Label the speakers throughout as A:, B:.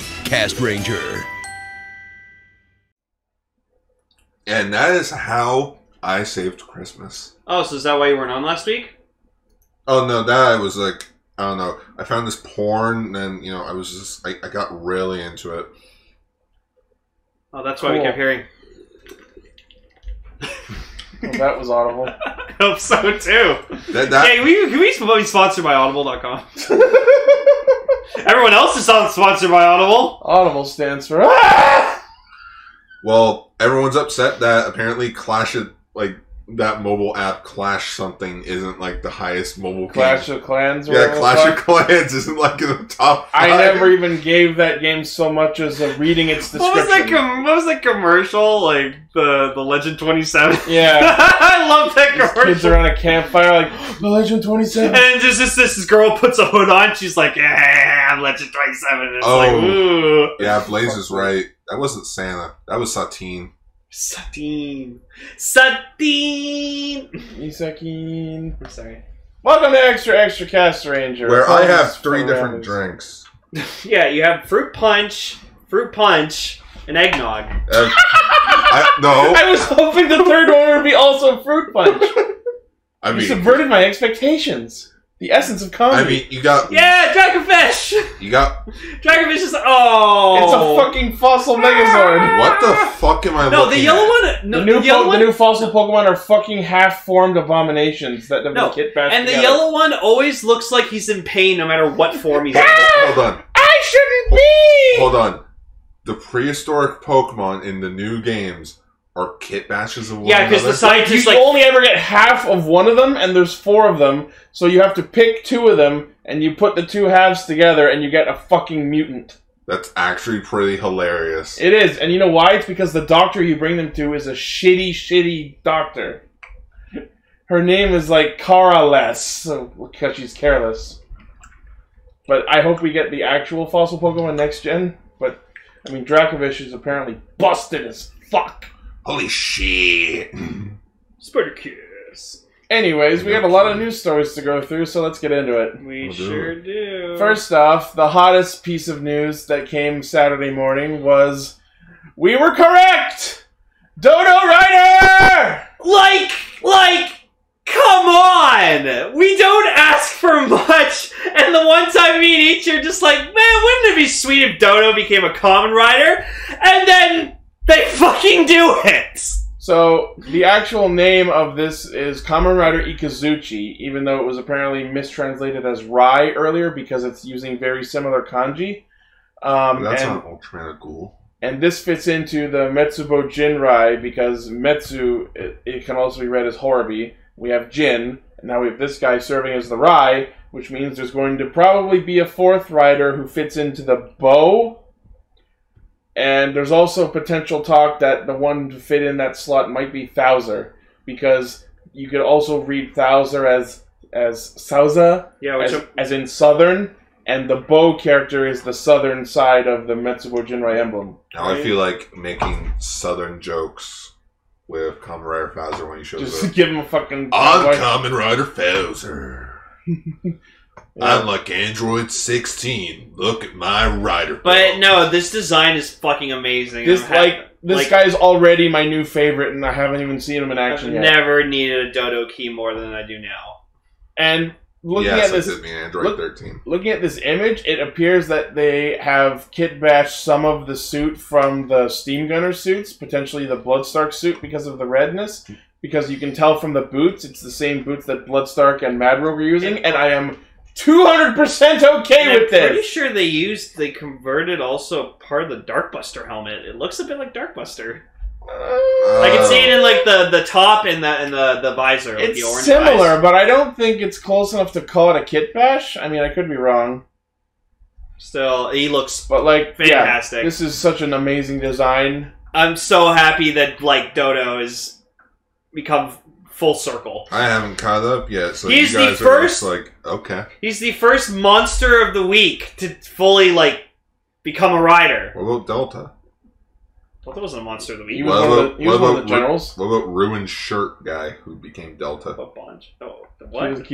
A: Podcast Ranger.
B: And that is how I saved Christmas.
C: Oh, so is that why you weren't on last week?
B: Oh no, that I was like, I don't know. I found this porn, and you know, I was just, I, I got really into it.
C: Oh, that's why we
D: Cool.
C: kept hearing.
D: Well, that was audible.
C: I hope so too.
B: That, that
C: hey, we, can we be sponsored by Audible.com? Everyone else is on sponsored by Audible.
D: audible stands for. Ah!
B: well, everyone's upset that apparently Clash of like that mobile app Clash something isn't like the highest mobile
D: Clash
B: game.
D: of Clans. or
B: yeah,
D: whatever the
B: Clash of
D: fuck.
B: Clans isn't like in the top.
D: I
B: five.
D: never even gave that game so much as a reading its
C: What was
D: description.
C: that? Com- what was that commercial? Like the the Legend Twenty Seven.
D: yeah,
C: I love that
D: these kids
C: commercial.
D: around a campfire like the Legend Twenty Seven.
C: And just this, this girl puts a hood on. She's like, "Yeah, I'm Legend 27." And it's
B: Oh.
C: like, ooh,
B: Yeah, Blaze is right. That wasn't Santa. That was Satine.
C: Satine, Satine.
D: Isakin.
C: I'm sorry.
D: Welcome to Extra Extra Cast Ranger.
B: Where I have
D: For
B: three different
D: randoms.
B: drinks.
C: Yeah, you have fruit punch, fruit punch, and eggnog.
B: Uh, I, no,
D: I was hoping the third one would be also fruit punch.
B: I
D: you
B: mean,
D: subverted my expectations. The essence of
B: I
D: comedy.
B: mean, you got,
C: Yeah, dragonfish.
B: you got.
C: Dragonfish is oh.
D: it's a fucking fossil Megazord.
B: What the fuck am I?
C: No, the
B: looking
C: yellow
B: at?
C: one. No,
D: the
C: the,
D: new po-
C: yellow one.
D: the new fossil Pokemon are fucking half formed abominations that have
C: No,
D: been kit bashed
C: and the
D: together.
C: yellow one always looks like he's in pain, no matter what form he's in.
B: Hold on,
D: I shouldn't be.
B: hold on. The prehistoric Pokemon in the new games are kit bashes of one
C: Yeah, because the
B: another.
C: scientist
D: you
C: like
D: only ever get half of one of them, and there's four of them, so you have to pick two of them, and you put the two halves together, and you get a fucking mutant.
B: That's actually pretty hilarious.
D: It is, and you know why? It's because the doctor you bring them to is a shitty, shitty doctor. Her name is like Caraless, so, because she's careless. But I hope we get the actual fossil Pokemon next gen. But I mean, Dracovish is apparently busted as fuck.
B: Holy shit!
C: Um, Spartacus.
D: Anyways, we got a lot of news stories to go through, so let's get into it.
C: We
B: We'll do
C: sure do.
D: First off, the hottest piece of news that came Saturday morning was we were correct! Dodo Rider!
C: like, like, come on! We don't ask for much, and the one time me and Ichi are just like, man, wouldn't it be sweet if Dodo became a common rider? And then they fucking do it.
D: So, the actual name of this is Kamen Rider Ikazuchi, even though it was apparently mistranslated as Rai earlier because it's using very similar kanji. Um,
B: That's
D: and-
B: not Ultraman Ghoul.
D: And this fits into the Metsubo Jinrai because Metsu, it, it can also be read as Horobi. We have Jin, and now we have this guy serving as the Rai, which means there's going to probably be a fourth rider who fits into the bow. And there's also potential talk that the one to fit in that slot might be Thouser, because you could also read Thouser as as Sauza,
C: Yeah,
D: as, as in southern, and the bow character is the southern side of the Metsubo Jinrai emblem.
B: Now I feel like making southern jokes with Kamen Rider Fowler when he shows
D: Just
B: up.
D: give him a fucking.
B: I'm
D: why-
B: Kamen Rider Fowler. I'm like Android 16. Look at my rider.
C: But
B: belt.
C: no, this design is fucking amazing.
D: This
C: I'm happy.
D: like this
C: like-
D: guy's already my new favorite, and I haven't even seen him in
C: I've
D: action yet.
C: never needed a Dodo key more than I do now.
D: and looking
B: yes,
D: at this,
B: I did mean Android
D: look-
B: 13.
D: looking at this image, it appears that they have kit bashed some of the suit from the steam gunner suits, potentially the Bloodstark suit because of the redness. Because you can tell from the boots, it's the same boots that Bloodstark and Mad Rogue were using, and I am 200% okay
C: And
D: with
C: I'm pretty
D: this.
C: sure they used they converted also part of the Darkbuster helmet. It looks a bit like Darkbuster. I can see it in like the the top and the and the the visor. Like the
D: It's
C: orange
D: similar,
C: Visor.
D: but I don't think it's close enough to call it a kit bash. I mean, I could be wrong,
C: Still, he looks
D: but like, yeah,
C: fantastic.
D: this is such an amazing design.
C: I'm so happy that like Dodo has become full circle.
B: I haven't caught up yet, so
C: He's
B: you
C: the
B: guys are just
C: first-
B: like, okay.
C: He's the first monster of the week to fully like become a rider.
B: What about Delta?
C: Dodo wasn't a monster of the
D: He
C: week.
D: was,
B: Well,
D: one, of the, he was
B: well,
D: one of the
B: well,
D: generals.
B: What about Ruined Shirt guy who became Delta?
C: A bunch. Oh,
D: He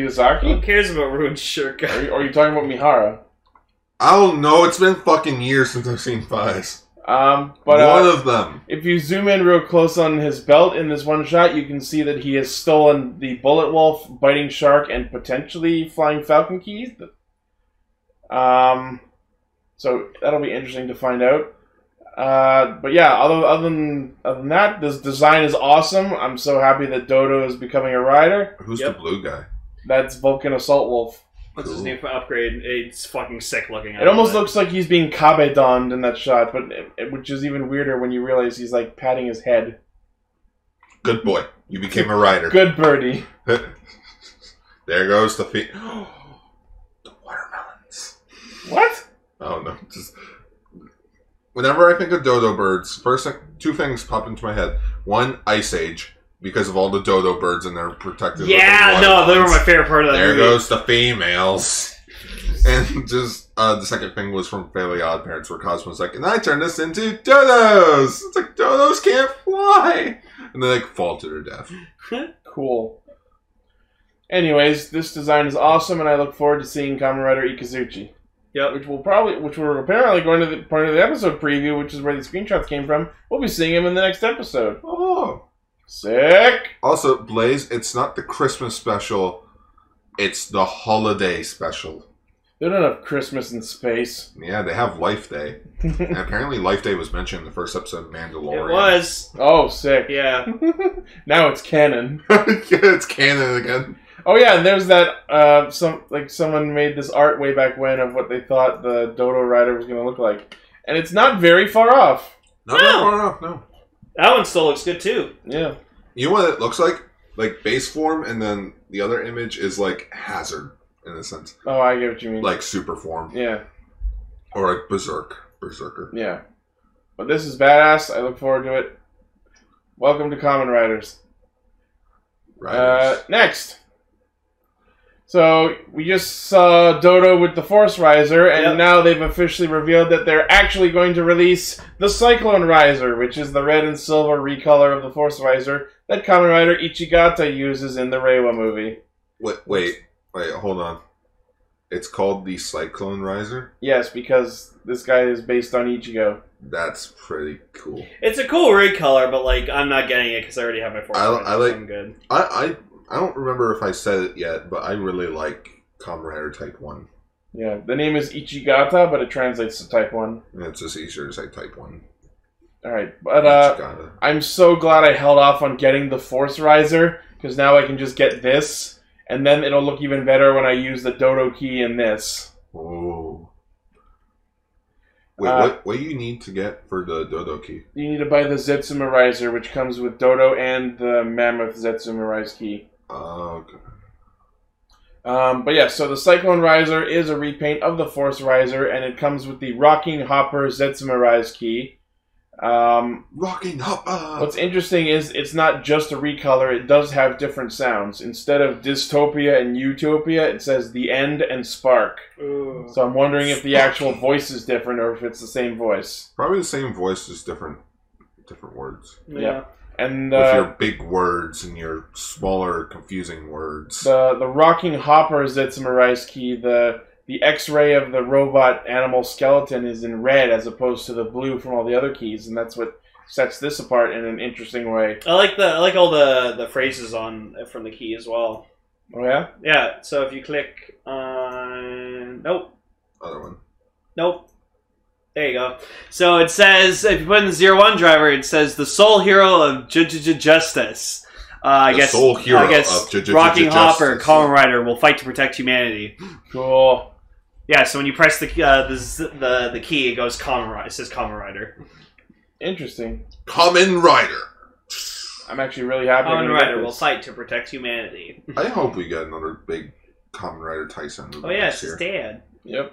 D: was
C: what?
D: Kiyosaki.
C: Who cares about ruined shirt
D: Are
C: guy?
D: you, are you talking about Mihara?
B: I don't know. It's been fucking years since I've seen thighs.
D: Um, but uh,
B: One of them.
D: if you zoom in real close on his belt in this one shot, you can see that he has stolen the bullet wolf, biting shark, and potentially flying falcon keys. Um, so that'll be interesting to find out. Uh, but yeah, other, other, than, other than that, this design is awesome. I'm so happy that Dodo is becoming a rider.
B: Who's
C: Yep.
B: the blue guy?
D: That's Vulcan Assault Wolf.
C: What's his
B: Cool.
C: name for upgrade? It's fucking sick looking. I
D: It almost
C: love
D: looks like he's being kabedonned in that shot, but it- it- which is even weirder when you realize he's like patting his head.
B: Good boy. You became a rider.
D: Good birdie.
B: there goes the feet. the watermelons.
D: What?
B: I don't know. Just whenever I think of dodo birds, first thing, two things pop into my head. One, Ice Age, because of all the dodo birds and their protected.
C: Yeah,
B: little
C: no, they were my
B: watermelons.
C: favorite part of that
B: There
C: movie.
B: goes the females. And just uh, the second thing was from Fairly Odd Parents, where Cosmo's like, and I turned this into dodos. It's like dodos can't fly, and they like fall to their death.
D: Cool. Anyways, this design is awesome, and I look forward to seeing Kamen Rider Ikazuchi,
C: Yep.
D: which will probably, which we're apparently going to the part of the episode preview, which is where the screenshots came from. We'll be seeing him in the next episode.
B: Oh.
D: Sick.
B: Also, Blaze, it's not the Christmas special, it's the holiday special.
D: They don't have Christmas in space.
B: Yeah, they have Life Day. and apparently, Life Day was mentioned in the first episode of Mandalorian.
C: It was.
D: Oh, sick.
C: Yeah.
D: Now it's canon.
B: Yeah, it's canon again.
D: Oh yeah, and there's that uh some like someone made this art way back when of what they thought the Dodo Rider was gonna look like. And it's not very far off.
B: No, no,
C: Oh.
B: no, no, no.
C: That one still looks good too.
D: Yeah.
B: You know what it looks like? Like base form, and then the other image is like hazard, in a sense.
D: Oh I get what you mean.
B: Like super form,
D: Yeah,
B: or like berserk. Berserker.
D: yeah. But this is badass, I look forward to it. Welcome to Common Riders.
B: Right.
D: Uh next. So we just saw Dodo with the Force Riser, and
C: Yep.
D: now they've officially revealed that they're actually going to release the Cyclone Riser, which is the red and silver recolor of the Force Riser that Kamen Rider Ichigata uses in the Reiwa movie.
B: wait, wait, wait, hold on. It's called the Cyclone Riser.
D: Yes, because this guy is based on Ichigo.
B: That's pretty cool.
C: It's a cool rig color, but like I'm not getting it because I already have my four.
B: I- I like-
C: I'm good.
B: I, I I don't remember if I said it yet, but I really like Kamen Rider Type One.
D: Yeah, the name is Ichigata, but it translates to Type 1.
B: And it's just easier to say Type One.
D: Alright, but uh,
B: It's gotta-
D: I'm so glad I held off on getting the Force Riser because now I can just get this, and then it'll look even better when I use the Dodo key in this.
B: oh. Wait,
D: Uh,
B: what what do you need to get for the Dodo key?
D: You need to buy the Zetsuma Riser, which comes with Dodo and the Mammoth Zetsuma Rise key.
B: Oh, okay.
D: Um, but yeah, so the Cyclone Riser is a repaint of the Force Riser, and it comes with the Rocking Hopper Zetsuma Rise key. Um,
B: Rocking up. Uh,
D: What's interesting is it's not just a recolor, it does have different sounds. Instead of dystopia and utopia, it says the end and spark. So I'm wondering if the actual voice is different or if it's the same voice.
B: probably the same voice, just different different words.
C: yeah.
D: And
B: With
D: uh,
B: your big words and your smaller, confusing words.
D: the the rocking hopper Zetsuma Rice key, the the X-ray of the robot animal skeleton is in red as opposed to the blue from all the other keys, and that's what sets this apart in an interesting way.
C: I like the I like all the the phrases on from the key as well.
D: Oh yeah,
C: Yeah. So if you click on nope.
B: Other one.
C: Nope. There you go. So it says, if you put in zero one driver, it says the sole hero of J- J- J- justice. Uh, I
B: The
C: guess.
B: sole hero
C: I guess
B: of J- J- J-
C: Rocking
B: Justice.
C: Hopper, Colin Rider will fight to protect humanity.
D: cool.
C: Yeah. So when you press the uh, the, z- the the key, it goes Common Rider. It says Common Rider.
D: Interesting.
B: Common Rider.
D: I'm actually really happy.
C: Common
D: we got
C: Rider will
D: this.
C: fight to protect humanity.
B: I hope we get another big Common Rider Tyson. movie
C: Oh yeah, it's
B: next
C: his
B: year.
C: dad.
D: Yep.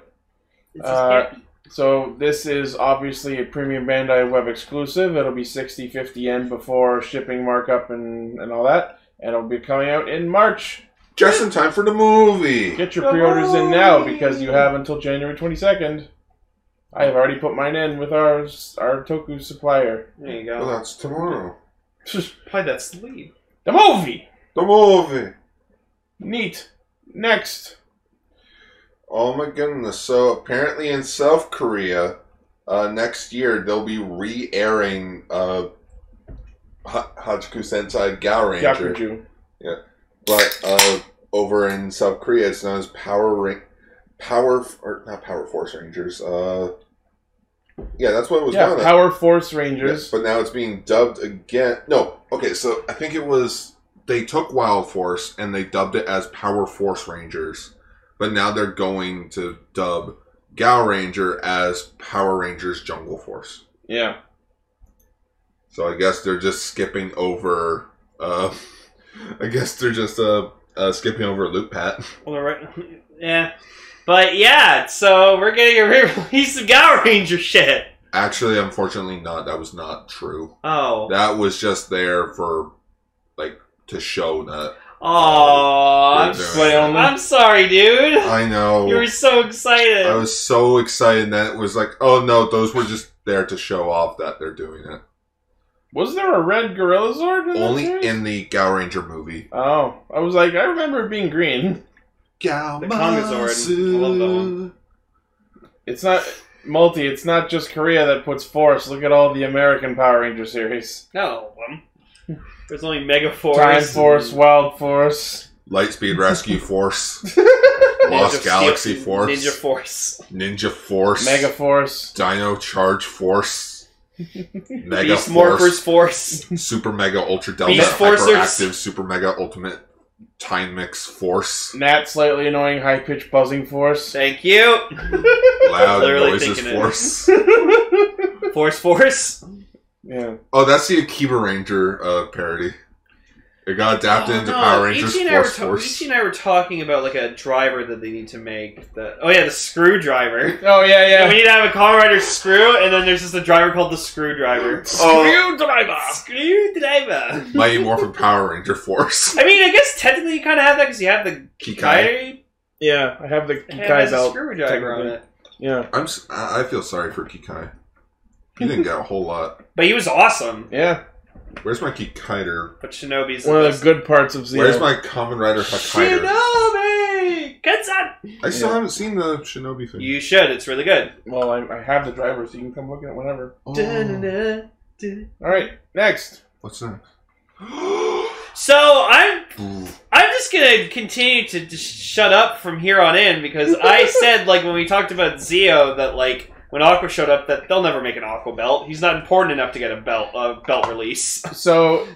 C: It's his
D: Uh,
C: dad.
D: So this is obviously a premium Bandai web exclusive. It'll be 60, 50 yen before shipping markup and, and all that. And it'll be coming out in March.
B: Just in time for the movie.
D: Get your pre-orders in now because you have until January 22nd. I have already put mine in with our our Toku supplier.
C: There you
B: Well,
C: go.
B: that's tomorrow.
D: the
C: Probably that's the lead.
D: movie!
B: The movie.
D: Neat. Next.
B: Oh my goodness. So apparently in South Korea, uh, next year they'll be re airing uh, Ha- Hachiku Sentai Gal Ranger.
D: Yakuju.
B: But uh, over in South Korea, it's known as Power Ring. Power. Or not Power Force Rangers. Uh, yeah, that's what it was
D: Yeah,
B: known as.
D: Power Force
B: Yes,
D: Rangers.
B: but now it's being dubbed again. No, okay, so I think it was they took Wild Force and they dubbed it as Power Force Rangers, but now they're going to dub Gal Ranger as Power Rangers Jungle Force.
D: Yeah.
B: So I guess they're just skipping over. Uh, I guess they're just uh, uh skipping over Loop Pat.
C: Well, they're right. Yeah. But yeah, so we're getting a re-release of Gal Ranger shit.
B: Actually, unfortunately, not. That was not true.
C: Oh.
B: That was just there for like to show that.
C: Oh, I'm,
B: Good
D: Play only.
C: I'm sorry, dude.
B: I know.
C: You were so excited.
B: I was so excited that it was like, oh no, those were just there to show off that they're doing it.
D: Was there a red Gorilla Zord? In that
B: Only
D: series?
B: in the Gal Ranger movie.
D: Oh, I was like, I remember it being green.
B: Gal
C: The Kongazord. I love that one.
D: It's not multi. It's not just Korea that puts force. Look at all the American Power Ranger series.
C: no. Um, there's only Mega Force.
D: Time Force,
C: and
D: Wild Force.
B: Lightspeed Rescue Force.
C: Ninja
B: Lost Galaxy
C: Steel-
B: Force.
C: Ninja Force.
B: Ninja Force.
D: Mega Force.
B: Dino Charge Force. Mega
C: Beast Morphers
B: Force.
C: Force.
B: Super Mega Ultra Delta
C: Beast Forcers.
B: Hyperactive Super Mega Ultimate Time Mix Force.
D: Nat slightly annoying high pitched buzzing force.
C: Thank you.
B: Loud
C: Literally
B: Noises
C: thinking it.
B: Force.
C: Force Force.
D: Yeah.
B: Oh, that's the Akiba Ranger uh, parody. It got adapted
C: Oh,
B: into
C: no,
B: Power Rangers
C: Ichi and I were
B: Force
C: ta-
B: Force.
C: Ichi and I were talking about like a driver that they need to make. That oh yeah, the screwdriver.
D: Oh yeah,
C: Yeah,
D: yeah.
C: we need to have a car rider screw, and then there's just a driver called the screwdriver.
B: Oh.
D: Screwdriver.
C: Screwdriver.
B: Mighty Morphin Power Ranger Force.
C: I mean, I guess technically you kind of have that because you have the
B: Kikai.
C: guy
D: Yeah, I have the
C: and it has
D: Kikai
C: a
D: belt.
C: screwdriver on
D: technically.
C: it.
D: Yeah.
B: I'm. s- I I feel sorry for Kikai. He didn't get a whole lot.
C: But he was awesome.
D: Yeah.
B: Where's my Kikaider?
C: But Shinobi's
D: One
C: the
D: of the
C: best.
D: good parts of Zero.
B: Where's my Common Rider Hakaider?
C: Shinobi, Kensan.
B: I still
D: Yeah.
B: haven't seen the Shinobi thing.
C: You should. It's really good.
D: Well, I, I have the driver, so you can come look at it whenever.
B: Oh,
D: All right, next.
B: what's next?
C: So I'm
B: Ooh.
C: I'm just gonna continue to just shut up from here on in because I said like when we talked about Zio that like when Aqua showed up that they'll never make an Aqua belt. He's not important enough to get a belt a belt release.
D: So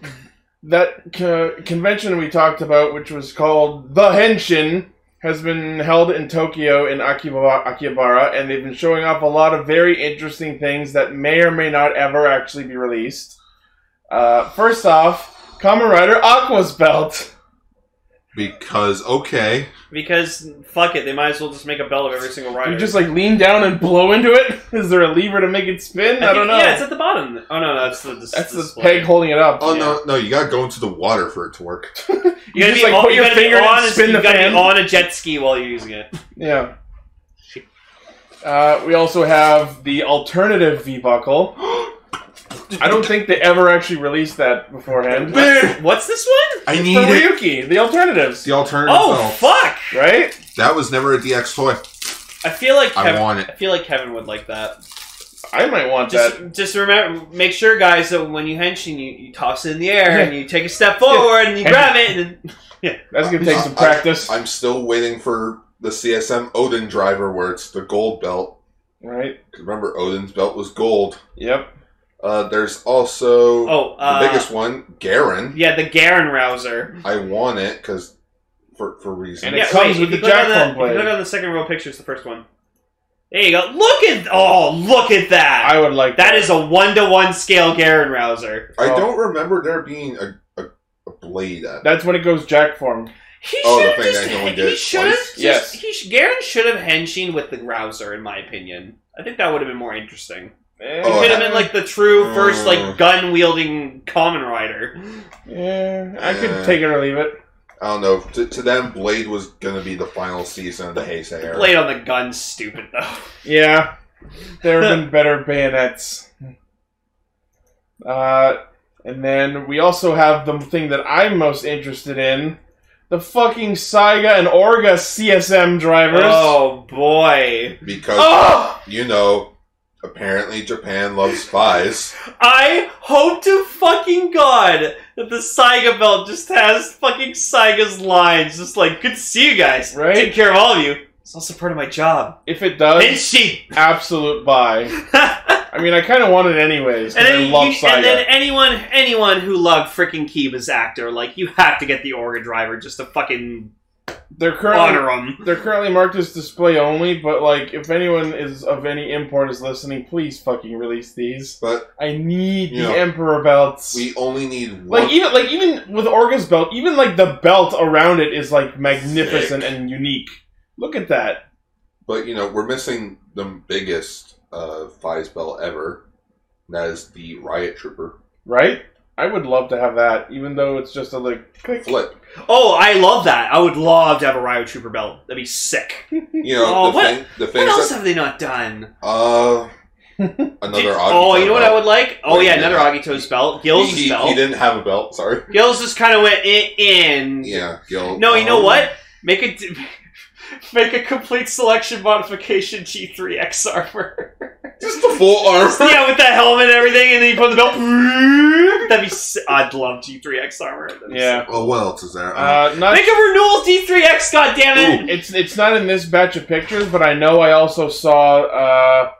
D: that co- convention we talked about, which was called the Henshin, has been held in Tokyo in Akiba- Akihabara, and they've been showing off a lot of very interesting things that may or may not ever actually be released. Uh, first off, Kamen Rider Aqua's belt.
B: Because okay,
C: Because fuck it, they might as well just make a belt of every single rider.
D: You just like lean down and blow into it. Is there a lever to make it spin? I,
C: think-
D: don't know.
C: Yeah, it's at the bottom. Oh no, that's the dis-
D: That's the
C: display.
D: peg holding it up.
B: oh no, no, you gotta go into the water for it to work.
C: You gotta
D: just,
C: be,
D: like,
C: on,
D: put
C: you
D: your
C: gotta be
D: finger in and
C: on a-
D: spin
C: you
D: the
C: gotta be
D: fan.
C: on a jet ski while you're using it.
D: Yeah. Uh, we also have the alternative V buckle. I don't think they ever actually released that beforehand. For
B: Man,
C: What's this one?
B: I need it.
D: Ryuki, the alternatives,
B: The alternative.
C: Oh
B: belt.
C: fuck!
D: right?
B: That was never a DX toy.
C: I feel like
B: I
C: Kevin.
B: want it.
C: I feel like Kevin would like that.
D: I might want
C: Just,
D: that.
C: just remember, make sure, guys, that when you henshin, you, you toss it in the air
D: Yeah.
C: and you take a step forward and you
D: Henshin.
C: grab it. And then,
D: That's gonna take some
B: I- I-
D: practice,
B: I'm still waiting for the CSM Odin driver where it's the gold belt.
D: right?
B: 'Cause Remember, Odin's belt was gold.
D: Yep.
B: Uh, there's also
C: oh,
B: the
C: uh,
B: biggest one, Garen.
C: yeah, the Garen Rouser.
B: I want it because for for reasons.
D: And it comes with
C: if you
D: the
C: click on
D: jack
C: the-
D: phone
C: If you
D: blade.
C: look on the second row picture, it's the first one. There you go. Look at oh, look at that.
D: I would like that.
C: that is a one to one scale Garen Rouser.
B: I
D: oh.
B: don't remember there being a, a, a blade at.
D: That's when it goes jack form.
C: He
B: Oh, the
C: should have
B: thing
C: just.
B: that no one
C: He
B: did
C: should have
B: twice?
C: just.
D: Yes.
C: He sh- Garen should have henshin with the Rouser, in my opinion. I think that would have been more interesting. It
B: Oh,
C: could
B: I-
C: have been like the true first
B: Mm.
C: like gun wielding common rider.
D: Yeah, I could
B: Uh,
D: take it or leave it.
B: I don't know. To, to them, Blade was gonna be the final season of the Heisei era.
C: Blade on the gun's stupid though.
D: Yeah, there have been better bayonets. Uh, and then we also have the thing that I'm most interested in, the fucking Saiga and Orga CSM drivers.
C: Oh boy.
B: Because
C: Oh!
B: you know, apparently Japan loves spies.
C: I hope to fucking god that the Saiga belt just has fucking Saiga's lines, just like, good to see you guys.
D: Right? Uh,
C: Take care of all of you. It's also part of my job.
D: If it does,
C: And she.
D: absolute buy.
C: and
D: I mean, I kind of want it anyways. 'cause I
C: then,
D: love
C: you- and then
D: Saiga.
C: anyone anyone who loved freaking Kiba's actor, like, you have to get the Orga driver just to fucking
D: They're currently
C: honor him.
D: they're currently marked as display only, but like, if anyone is of any import is listening, please fucking release these.
B: But
D: I need
B: Yeah.
D: the Emperor belts.
B: we only need one.
D: like even like even with Orga's belt, even like the belt around it is like magnificent and unique. Look at that.
B: but you know, we're missing the biggest uh, spies bell ever. And that is the riot trooper
D: Right? I would love to have that, even though it's just a like click.
B: flip.
C: Oh, I love that. I would love to have a Ryo Trooper belt. That'd be sick.
B: You know,
C: Oh,
B: the
C: what-
B: thing, the
C: What
B: things
C: else
B: that,
C: have they not done?
B: uh, another.
C: Did-
B: Agito
C: oh, you know what I
B: belt.
C: would like? Oh
B: Wait,
C: yeah,
B: yeah.
C: another Agito's belt.
B: He,
C: Gil's
B: he,
C: belt.
B: he didn't have a belt. Sorry.
C: Gills just kind of went in. in.
B: Yeah. Gil,
C: No, you know
B: um,
C: what? Make a d- make a complete selection modification G3X armor.
B: Just the full armor.
C: yeah, with that helmet and everything, and then you put on the belt. That'd be. Si- I'd love G3X armor. That'd be
D: Yeah.
B: Oh, what else is there? Uh,
D: Uh,
C: sick.
D: not
C: Make a renewal D3X, goddammit!
D: it's it's not in this batch of pictures, but I know I also saw uh,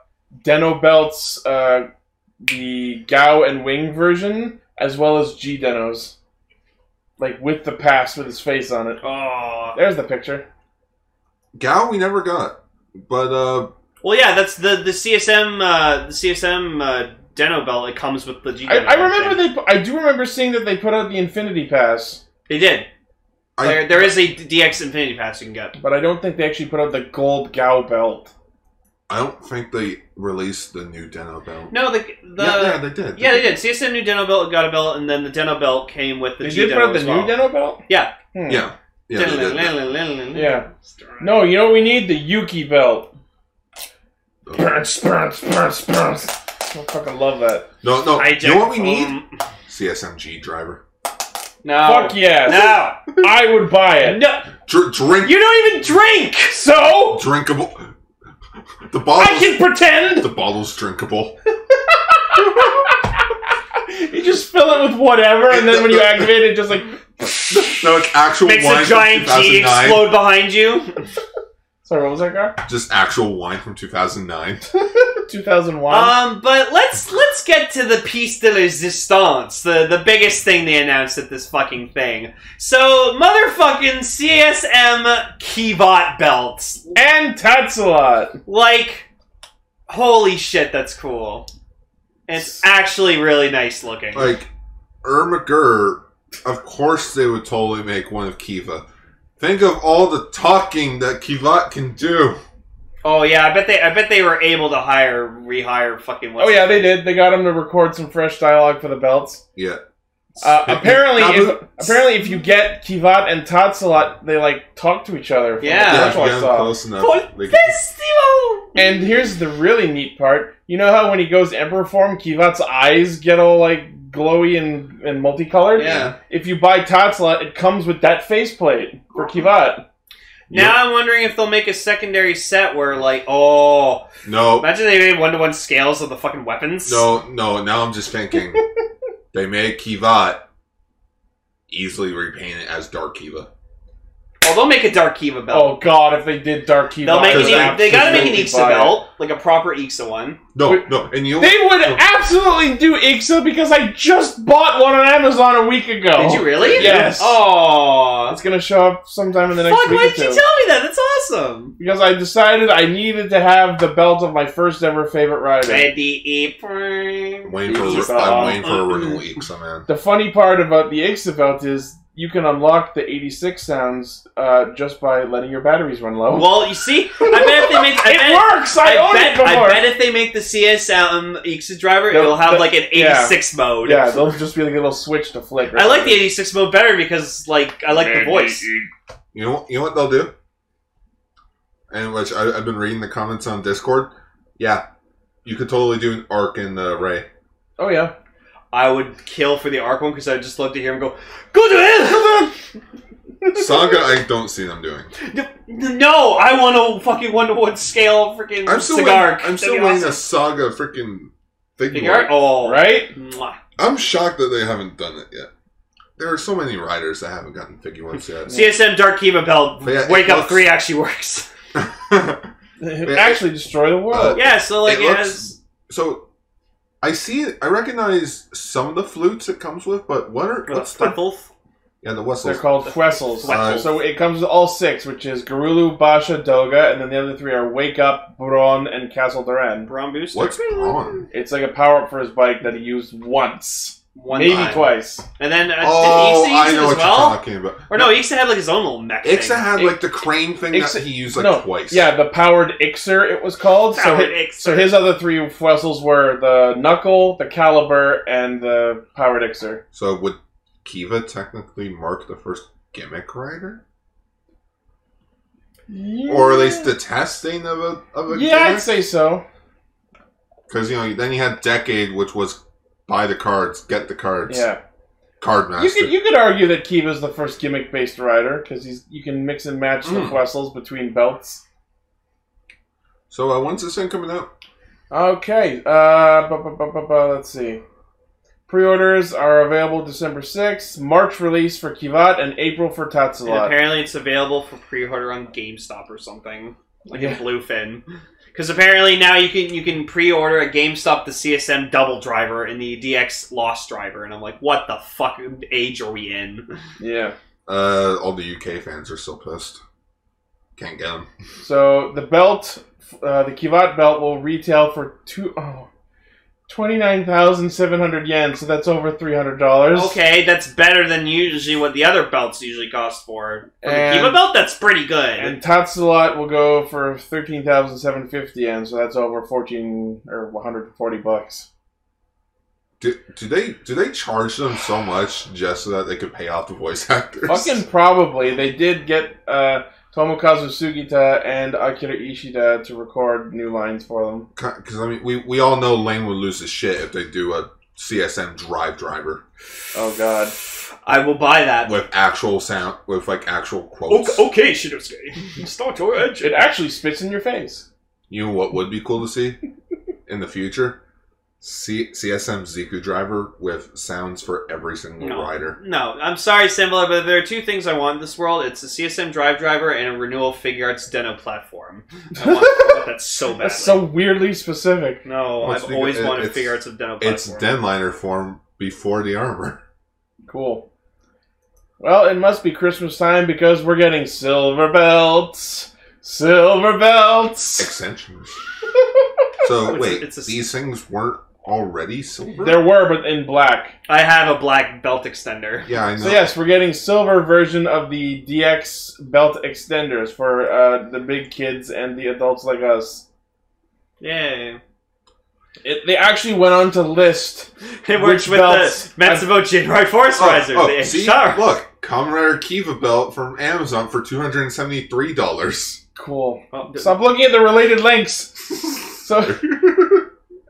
D: Deno belts, uh, the Gao and Wing version, as well as G Deno's, like with the pass with his face on it.
C: Oh.
D: There's the picture.
B: Gao, we never got. But uh,
C: Well, yeah, that's the the CSM uh, the CSM uh, Deno belt. It comes with the G.
D: I, I remember they. pu- I do remember seeing that they put out the Infinity Pass,
C: they did.
B: I-
C: there, there is a DX Infinity Pass you can get.
D: but I don't think they actually put out the Gold Gao belt.
B: I don't think they released the new Deno belt.
C: No, the the
B: yeah, yeah, they did.
C: Yeah, they did. CSN new Deno belt got a belt, and then the Deno belt came with the
D: they
C: G
D: did put
C: Deno
D: out the
C: as well.
D: new Deno belt.
C: Yeah.
D: Hmm.
B: Yeah. Yeah, they did.
D: Yeah. No, you know what we need the Yuki belt. Burns, burns, burns, burns. I fucking love that.
B: No, no.
C: I
B: you know what we need?
C: Um,
B: CSMG driver.
C: no.
D: Fuck yes.
C: No.
D: I would buy it.
C: No.
B: Dr- drink,
C: You don't even drink.
D: So
B: drinkable. The
D: I
B: bottle's,
D: can pretend.
B: the bottle's drinkable.
D: You just fill it with whatever, and then when you activate it, just like
B: No, like actual
C: Makes
B: wine
C: a giant
B: from
C: G
B: 2009.
C: explode behind you.
D: sorry, what was that guy?
B: Just actual wine from 2009.
D: Two thousand one.
C: Um, but let's let's get to the piece de resistance, the the biggest thing they announced at this fucking thing. So motherfucking CSM Keybot belts.
D: and Tatsalot.
C: Like, holy shit, that's cool. And It's actually really nice looking.
B: like, Ermagur, of course they would totally make one of Kiva. Think of all the talking that Kivat can do.
C: oh yeah, I bet they I bet they were able to hire rehire fucking.
D: Oh yeah, they did. They got him to record some fresh dialogue for the belts.
B: Yeah.
D: Uh, apparently,
B: Now,
D: if,
B: but-
D: apparently, if you get Kivat and Tatsalot, they like talk to each other. from
C: Yeah.
D: the
B: yeah, if
D: commercial
B: you
D: I
B: get 'em
D: saw.
B: close enough.
C: Oh,
B: they can-
C: Festival!
D: And here's the really neat part. You know how when he goes emperor form, Kivat's eyes get all like glowy and, and multicolored?
C: Yeah.
D: If you buy Tatsla, it comes with that faceplate for Kivat.
C: Now I'm wondering if they'll make a secondary set where like, oh,
B: no,
C: imagine they made one to one scales of the fucking weapons.
B: No, no. Now I'm just thinking. they made Kivat easily repaint it as Dark Kiva.
C: Oh, they'll make a dark Kiva belt.
D: Oh god, if they did Dark Kivat.
C: they'll make
D: I'd
B: because
C: an, E- they gotta make an
D: absolutely
C: Ixa
D: buy it.
C: belt, like a proper Ixa one.
B: No,
D: Wait-
B: no. And you,
D: They would absolutely do Ixa because I just bought one on Amazon a week ago.
C: Did you really?
D: Oh. Yes.
C: Oh,
D: It's gonna show up sometime in the next
C: fuck!
D: week
C: Why
D: or
C: did you
D: two.
C: tell me that? That's awesome.
D: because I decided I needed to have the belt of my first ever favorite rider.
C: Ready, April.
B: I'm waiting for.
D: Jesus,
B: i
D: uh,
B: I'm waiting for a
C: uh-uh.
B: renewal Ixa man.
D: The funny part about the Ixa belt is you can unlock the 86 sounds uh, just by letting your batteries run low.
C: Well, you see, I bet if they make, I
D: Oh. it
C: bet,
D: works! I,
C: I,
D: own
C: bet,
D: it
C: I
D: before!
C: bet if they make the CSM Ixa driver,
D: They'll-
C: it'll have
D: they'll-
C: like an 86 mode.
D: yeah, they'll just be like a little switch to flick.
C: I like the 86 mode better because, like, I like the voice.
B: You know, you know what they'll do? And which I, I've been reading the comments on Discord. Yeah, you could totally do an arc in the Ray.
D: Oh, yeah.
C: I would kill for the arc one because I'd just love to hear him go, "Go to hell!"
B: Saga, I don't see them doing.
C: No, I want a fucking one to one scale freaking
B: I'm still
C: cigar.
B: waiting, I'm still
C: That'd be
B: waiting
C: awesome.
B: a Saga freaking figure.
C: cigar. Oh,
D: right?
C: Mwah.
B: I'm shocked that they haven't done it yet. There are so many writers that haven't gotten figure ones yet.
C: CSM Dark Kiva Belt.
B: But yeah, it
C: Wake Up
B: looks-
C: Three actually works.
D: Actually, destroy the world.
C: yeah, so like
B: it
C: it,
B: looks-
C: has.
B: so I see, I recognize some of the flutes it comes with, but what are what's
C: What's
B: the yeah the
D: They're
B: whistles?
D: called Fwessels.
B: Uh,
D: so it comes with all six, which is Garulu, Basha, Doga, and then the other three are Wake Up, Bron, and Castle Duran.
C: Brown Booster.
B: What's wrong?
D: It's like a power up for his bike that he used once,
C: One
D: maybe
C: time.
D: twice.
C: And then uh,
B: Oh,
C: did Ixa
B: I
C: use it
B: know
C: as
B: what
C: well?
B: you're talking about.
C: Or no, Ixa had like his own little mech.
B: Ixa
C: thing.
B: had
D: Ix-
B: like the crane thing
D: Ixa-
B: that he used like
D: no,
B: twice.
D: Yeah, the powered Ixer it was called. So,
C: Powered
D: hi-
C: Ixer.
D: so his other three Fwessels were the Knuckle, the Caliber, and the powered Ixer.
B: So would Kiva technically mark the first gimmick writer, or at least the testing of a of a
D: Yeah, I'd
B: gimmick?
D: say so.
B: Because you know, then you had Decade, which was buy the cards, get the cards,
D: Yeah,
B: card master.
D: you could you could argue that Kiva's the first gimmick based rider because he's you can mix and match the
B: Mm.
D: Fwessels between belts.
B: so uh, when's this thing coming out?
D: Okay. Uh, bu- bu- bu- bu- bu- let's see. Pre-orders are available December 6th, March release for Kivat, and April for
C: And
D: Tatsulat.
C: apparently, it's available for pre-order on GameStop or something, like a
D: Yeah.
C: Bluefin. Because apparently now you can you can pre-order at GameStop the CSM Double Driver and the DX Lost Driver, and I'm like, what the fuck age are we in?
D: Yeah.
B: Uh, all the UK fans are still pissed. Can't get them.
D: So the belt, uh, the Kivat belt, will retail for two. Oh, 29,700 yen, so that's over $300.
C: Okay, that's better than usually what the other belts usually cost for. For
D: And-
C: the Kiva belt, that's pretty good.
D: And Tatsulat will go for 13,750 yen, so that's over 14 or 140 bucks.
B: Do, do they do they charge them so much just so that they could pay off the voice actors?
D: Fucking probably. They did get uh, Tomokazu Sugita and Akira Ishida to record new lines for them.
B: because I mean, we we all know Lane would lose his shit if they do a CSM drive driver
D: Oh god.
C: I will buy that.
B: with actual sound, with like actual quotes.
C: okay, Shinosuke. Start your
D: It actually spits in your face.
B: You know what would be cool to see in the future? C- CSM Ziku driver with sounds for every single
C: No.
B: rider.
C: No, I'm sorry, Symbol, but there are two things I want in this world. It's a CSM Drive Driver and a Renewal Figure Arts Deno platform. I want, I want that so badly.
D: That's so weirdly specific.
C: no,
B: Well,
C: I've
B: it's-
C: always
B: it-
C: wanted
B: it's-
C: Figure Arts of Deno platform.
B: It's Denliner form before the armor.
D: Cool. Well, it must be Christmas time because we're getting silver belts. Silver belts.
B: Extensions. so
C: It's a-
B: wait,
C: it's a-
B: these things weren't already silver?
D: There were, but in black.
C: I have a black belt extender.
B: yeah, I know.
D: So yes, we're getting silver version of the DX belt extenders for uh, the big kids and the adults like us.
C: Yay.
D: It, they actually went on to list.
C: It works
D: Which
C: with
D: belts?
C: the Matsubo Jinrai Force
B: Oh,
C: Riser.
B: oh,
C: the
B: see?
C: HR.
B: Look, Comrade Kiva belt from Amazon for two hundred and seventy-three dollars.
D: Cool.
C: Oh, d-
D: Stop looking at the related links. So,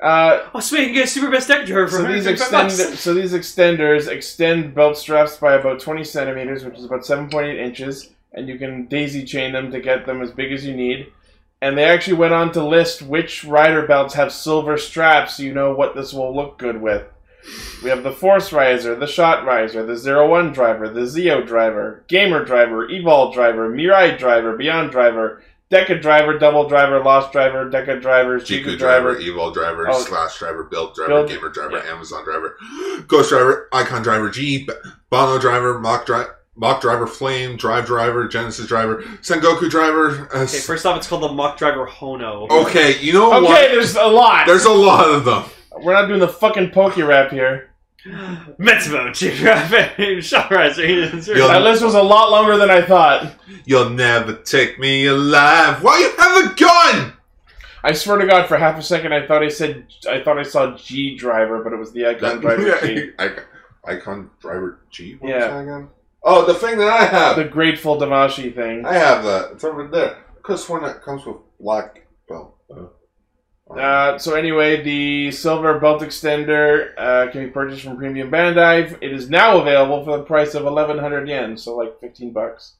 D: uh,
C: oh, sweet, you can get a Super Best Deck Driver for
D: so these
C: 135
D: extend,
C: bucks.
D: so these extenders extend belt straps by about 20 centimeters, which is about 7.8 inches, and you can daisy chain them to get them as big as you need. And they actually went on to list which rider belts have silver straps, so you know what this will look good with. We have the Force Riser, the Shot Riser, the Zero One Driver, the Zeo Driver, Gamer Driver, Evol Driver, Mirai Driver, Beyond Driver, Deca Driver, Double Driver, Lost Driver, Deca Driver,
B: Jiku
D: Jiku
B: driver,
D: Driver,
B: Evil driver,
D: Oh.
B: Slash driver, Build driver,
D: Build-
B: Gamer driver, Amazon driver, Ghost driver, Icon driver, G, B- Bono driver, Mock driver. Mock driver, Flame, Drive driver, Genesis driver, Sengoku driver. uh,
C: Okay,
B: s-
C: first off, it's called the Mock Driver Hono.
B: okay, you know
D: Okay,
B: what?
D: there's a lot.
B: There's a lot of them.
D: We're not doing the fucking pokey rap here.
C: Metsubo Jinrai Shot Riser.
B: Yo,
D: That list was a lot longer than I thought.
B: You'll never take me alive. Why you have a gun?
D: I swear to God, for half a second, I thought I said I thought I saw G Driver, but it was the Icon Driver G.
B: Icon, Icon driver G. What
D: Yeah.
B: was that again? Oh, the thing that I have.
D: The Grateful Damashi thing.
B: I have that. It's over there. Cause one that comes with black belt.
D: Uh, so anyway, the silver belt extender uh, can be purchased from Premium Bandai. It is now available for the price of 1,100 yen, so like 15 bucks.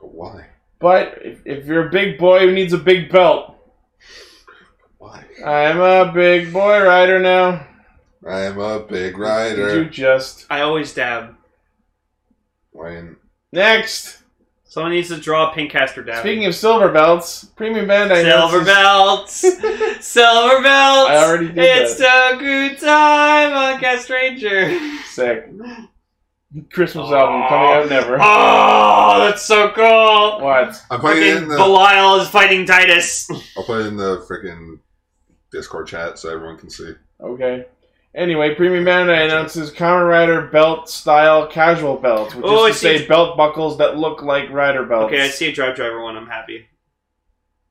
B: But why?
D: But if, if you're a big boy who needs a big belt,
B: Why?
D: I'm a big boy rider now.
B: I'm a big
D: Did you
B: rider.
D: just
C: I always dab.
B: When
D: next?
C: Someone needs to draw a pink caster dab.
D: Speaking of silver belts, Premium Bandai.
C: Silver
D: announces-
C: belts, silver belts.
D: I already did
C: It's a good time on Cast Ranger.
D: Sick. Christmas album coming out never.
C: Oh, that's so cool.
D: What?
B: I'm playing it in
C: Fucking
B: the Oh.
C: Belial is fighting Titus.
B: I'll put it in the freaking Discord chat so everyone can see.
D: Okay. Anyway, Premium Bandai announces Kamen Rider belt style casual belts, which
C: Oh, I
D: is to
C: see.
D: say belt buckles that look like rider belts.
C: Okay, I see a Drive Driver one. I'm happy.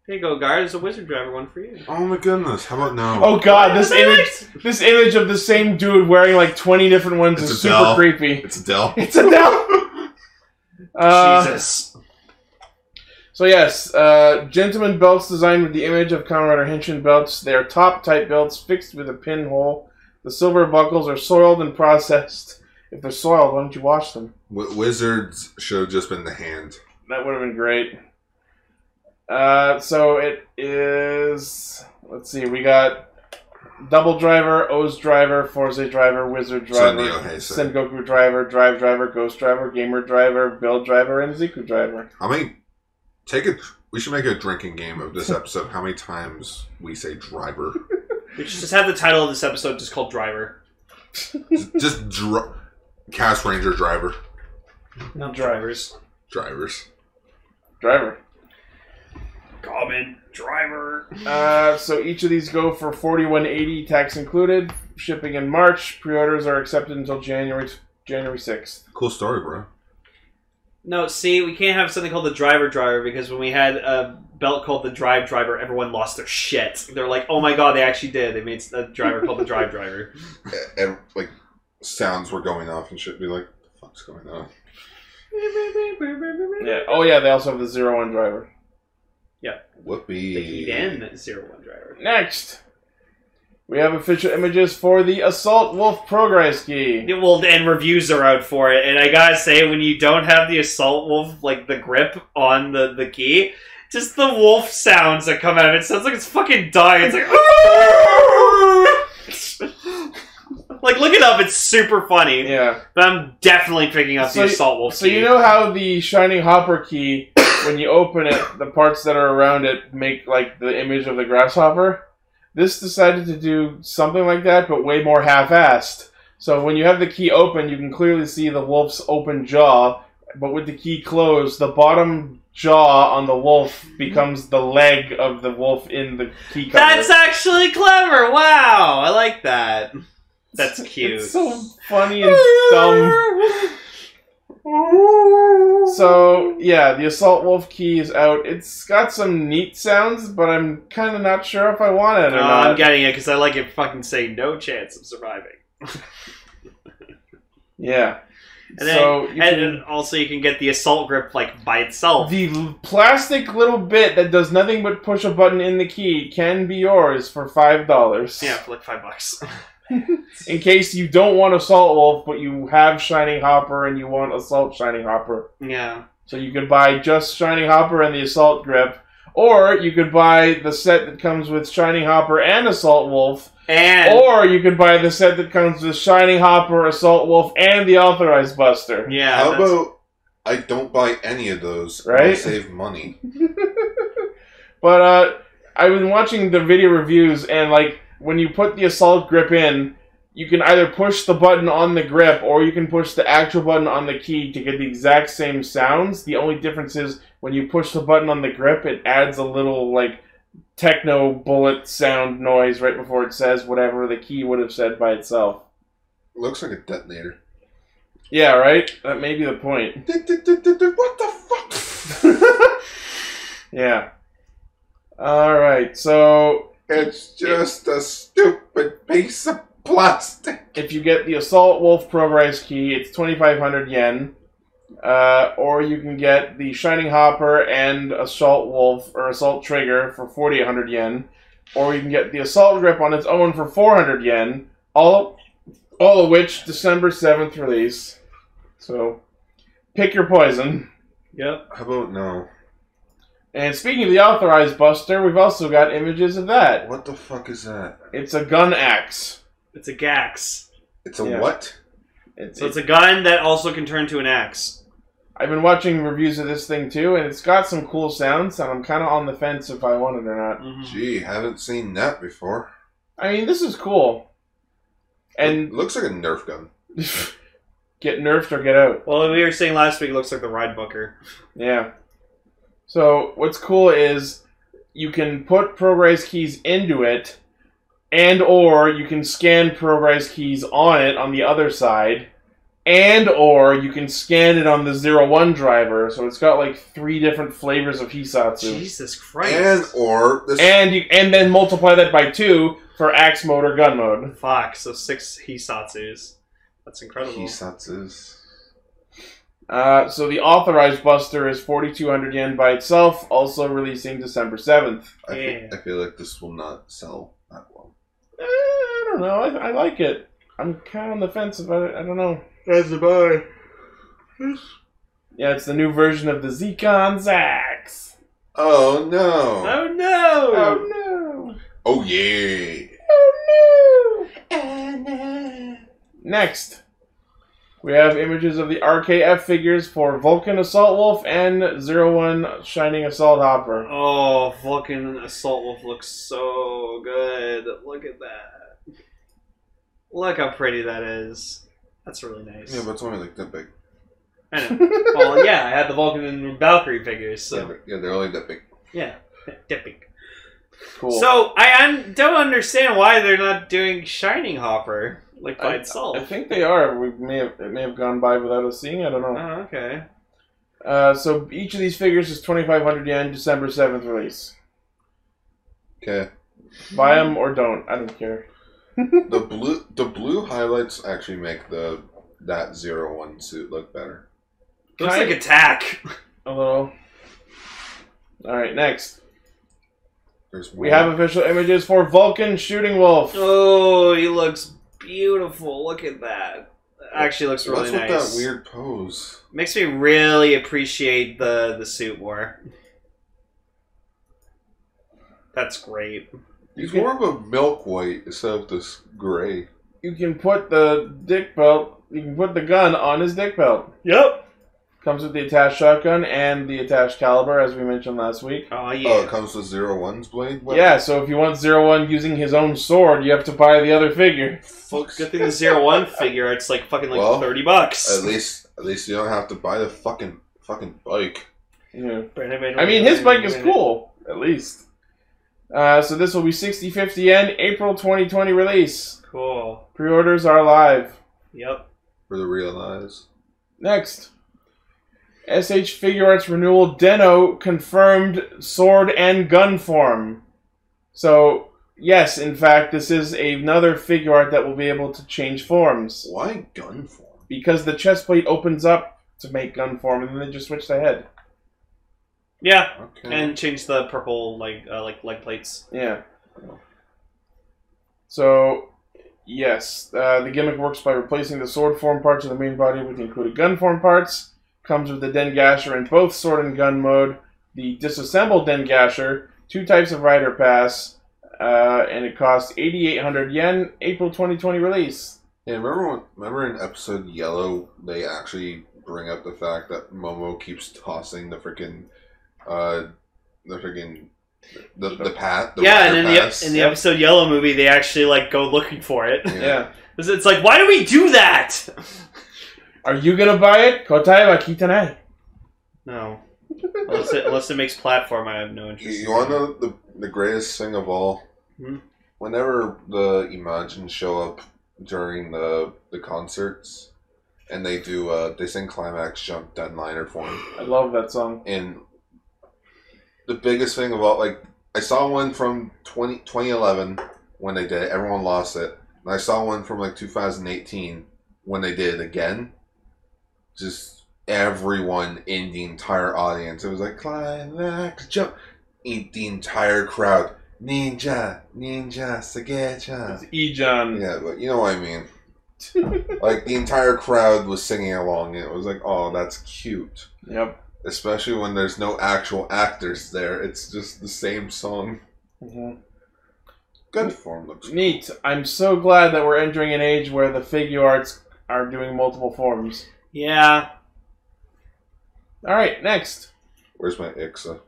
C: There you go, Gar. There's a Wizard Driver one for you.
B: Oh my goodness! How about no?
D: Oh god, this
C: What?
D: image this image of the same dude wearing like 20 different ones
B: It's
D: is super
B: Adele.
D: creepy.
B: it's Adele.
D: It's a down. Uh,
C: Jesus.
D: So yes, uh, gentleman belts designed with the image of Kamen Rider Henshin belts. They are top type belts fixed with a pinhole. The silver buckles are soiled and processed. If they're soiled, why don't you wash them?
B: W- Wizards should have just been the hand.
D: That would have been great. Uh, so it is. Let's see. We got double driver, O's driver, Forza driver, Wizard
B: Sun
D: driver,
B: Neo-Heisei.
D: Sengoku driver, Drive driver, Ghost driver, Gamer driver, Build driver, and Ziku driver.
B: How many? Take a. We should make a drinking game of this episode. How many times we say driver?
C: We should just have the title of this episode just called Driver.
B: just just dr- cast ranger driver
C: Not drivers.
B: drivers.
D: Driver.
C: Common driver.
D: Uh, so each of these go for forty-one eighty, tax included. Shipping in March. Pre-orders are accepted until January January sixth.
B: Cool story, bro.
C: No, see, we can't have something called the driver driver because when we had a belt called the drive driver, everyone lost their shit. They're like, "Oh my god, they actually did. They made a driver called the drive driver."
B: And like sounds were going off and shit. Be like, the fuck's going on?
D: Yeah. Oh yeah, they also have the zero one driver.
C: The
B: Whoopee.
C: Hiden zero one driver.
D: Next, we have official images for the Assault Wolf Progress Key.
C: Well, and reviews are out for it, and I gotta say, when you don't have the assault wolf like the grip on the the key, just the wolf sounds that come out of it sounds like it's fucking dying. It's like. Like look it up, it's super funny.
D: Yeah.
C: But I'm definitely picking up
D: So-
C: the assault wolf.
D: So you
C: key.
D: know how the Shining Hopper Key, when you open it, the parts that are around it make like the image of the grasshopper. This decided to do something like that, but way more half-assed. So when you have the key open, you can clearly see the wolf's open jaw, but with the key closed, the bottom jaw on the wolf becomes the leg of the wolf in the key cover.
C: that's actually clever. Wow, I like that. That's cute.
D: It's so funny and dumb. So yeah, the assault wolf key is out. It's got some neat sounds, but I'm kind of not sure if I want it or
C: No,
D: not.
C: Uh, I'm getting it because I like it. Fucking say no chance of surviving.
D: yeah.
C: And then-
D: so you
C: And then also, you can get the assault grip like by
D: can,
C: itself.
D: the l- plastic little bit that does nothing but push a button in the key can be yours for five dollars.
C: yeah, for like five bucks.
D: In case you don't want assault wolf, but you have shining hopper and you want assault shining hopper.
C: yeah,
D: So you could buy just Shining Hopper and the Assault Grip, or you could buy the set that comes with Shining Hopper and Assault Wolf,
C: and
D: or you could buy the set that comes with Shining Hopper, Assault Wolf, and the Authorized Buster.
C: yeah,
B: How
C: that's-
B: about I don't buy any of those?
D: Right?
B: and I save money.
D: But uh, I've been watching the video reviews, and like when you put the Assault Grip in, you can either push the button on the grip or you can push the actual button on the key to get the exact same sounds. The only difference is when you push the button on the grip, it adds a little like techno bullet sound noise right before it says whatever the key would have said by itself.
B: Looks like a detonator.
D: Yeah, right? That may be the
B: What
D: point.
B: the fuck?
D: yeah. All right. So,
B: It's just a stupid piece of plastic.
D: if you get the Assault Wolf Progress Key, it's 2,500 yen. Uh, or you can get the Shining Hopper and Assault Wolf or Assault Trigger for 4,800 yen. or you can get the assault grip on its own for 400 yen. All, all of which December 7th release. So, pick your poison.
C: Yep.
B: How about no?
D: And speaking of the authorized buster, we've also got images of that.
B: What the fuck is that?
D: It's a gun axe.
C: It's a gax.
B: It's a
D: Yeah.
B: what?
D: It's,
C: So it's a gun that also can turn to an axe.
D: I've been watching reviews of this thing too, and it's got some cool sounds, and I'm kind of on the fence if I want it or not.
C: Mhm.
B: Gee, haven't seen that before.
D: I mean, this is cool.
B: It
D: And
B: looks like a Nerf gun.
D: get nerfed or get out.
C: Well, we were saying last week it looks like the ride bucker.
D: Yeah. So what's cool is you can put ProRise keys into it, and or you can scan ProRise keys on it on the other side, and or you can scan it on the zero one driver. So it's got like three different flavors of Hisatsu,
C: Jesus Christ.
B: And or this
D: and you and then multiply that by two for axe mode or gun mode.
C: Fuck, so six Hisatsus. That's incredible.
B: Hisatsu's.
D: Uh, so the authorized buster is forty two hundred yen by itself, also releasing December seventh.
B: I,
C: Yeah.
B: feel, I feel like this will not sell that well.
D: Eh, I don't know. I, I like it. I'm kind of on the fence about it. I don't know.
B: That's a buy.
D: Yeah, it's the new version of the Zekon Zax.
B: Oh no!
C: Oh no!
D: Oh no!
B: Oh yeah!
D: Oh no! Next, we have images of the RKF figures for Vulcan Assault Wolf and Zero One Shining Assault Hopper.
C: Oh, fucking Assault Wolf looks so good. Look at that. Look how pretty that is. That's really nice.
B: Yeah, but it's only like that big.
C: I know. well, yeah, I had the Vulcan and Valkyrie figures,
B: Yeah,
C: so
B: but- yeah, they're only that big.
C: yeah. Dipping.
D: Cool.
C: So I un- don't understand why they're not doing Shining Hopper like by
D: I-
C: itself.
D: I think they are. We may have it may have gone by without us seeing. I don't know.
C: Oh, okay.
D: Uh, so each of these figures is twenty five hundred yen, December seventh release.
B: Okay.
D: Buy them or don't. I don't care.
B: the blue, the blue highlights actually make the that zero one suit look better.
C: Looks
D: Kind-
C: like Attack.
D: A little. All right, next
B: There's
D: we have official images for Vulcan Shooting Wolf.
C: Oh, he looks beautiful. Look at that. Actually, looks really
B: What's
C: nice.
B: with that weird pose?
C: Makes me really appreciate the the suit more. That's great.
D: You
B: He's
D: can,
B: more of a milk white instead of this gray. Oh,
D: you can put the dick belt. You can put the gun on his dick belt.
C: Yep.
D: Comes with the attached shotgun and the attached caliber, as we mentioned last week.
C: Oh
B: Oh, it
C: yeah.
B: comes with zero one's blade. What
D: Yeah, so if you want Zero One using his own sword, you have to buy the other figure.
B: the fuck's-
C: Good thing the zero one figure it's like fucking like
B: Well,
C: thirty bucks.
B: At least, at least you don't have to buy the fucking fucking bike.
D: Yeah. I mean, his bike is cool, at least. Uh, so this will be 6050 yen, April 2020 release.
C: Cool.
D: Pre-orders are live.
C: Yep.
B: For the real eyes.
D: Next. SH Figure Arts Renewal Deno confirmed sword and gun form. So, yes, in fact, this is another figure art that will be able to change forms.
B: Why gun form?
D: Because the chest plate opens up to make gun form, and then they just switch the head.
C: Yeah.
B: Okay.
C: And change the purple like uh, like leg plates.
D: Yeah. So, yes, uh, the gimmick works by replacing the sword form parts of the main body with the included gun form parts. Comes with the Dengasher in both sword and gun mode, the disassembled Dengasher, two types of rider pass, uh, and it costs 8,800 yen, April 2020 release.
B: yeah, remember when, remember in episode yellow they actually bring up the fact that Momo keeps tossing the freaking, uh, the freaking, the the pat. The
C: yeah, and
B: rider
C: in the
B: pass?
C: in the episode Yellow movie, they actually like go looking for it.
B: yeah.
D: Yeah.
C: It's- It's like, why do we do that?
D: Are you gonna buy it? Kotai wa kitanai.
C: No. Unless it, unless it makes platform, I have no
B: You,
C: interest.
B: you
C: in
B: want
C: it.
B: to the the greatest thing of all?
C: Hmm.
B: Whenever the Imagine show up during the the concerts, and they do uh they sing climax jump deadliner for him,
D: I love that song.
B: and the biggest thing of all, like I saw one from 20, 2011 when they did it, everyone lost it, and I saw one from like two thousand eighteen when they did it again, just. Everyone in the entire audience, it was like climax jump. In the entire crowd Ninja, ninja, sagecha.
D: It's Ejon.
B: Yeah, but you know what I mean. like the entire crowd was singing along, and it was like, oh, that's cute.
D: Yep.
B: Especially when there's no actual actors there; it's just the same song.
D: Mhm.
B: Good form looks
D: Neat. I'm so glad that we're entering an age where the figure arts are doing multiple forms.
C: Yeah.
D: All right, next.
B: Where's my Ixa?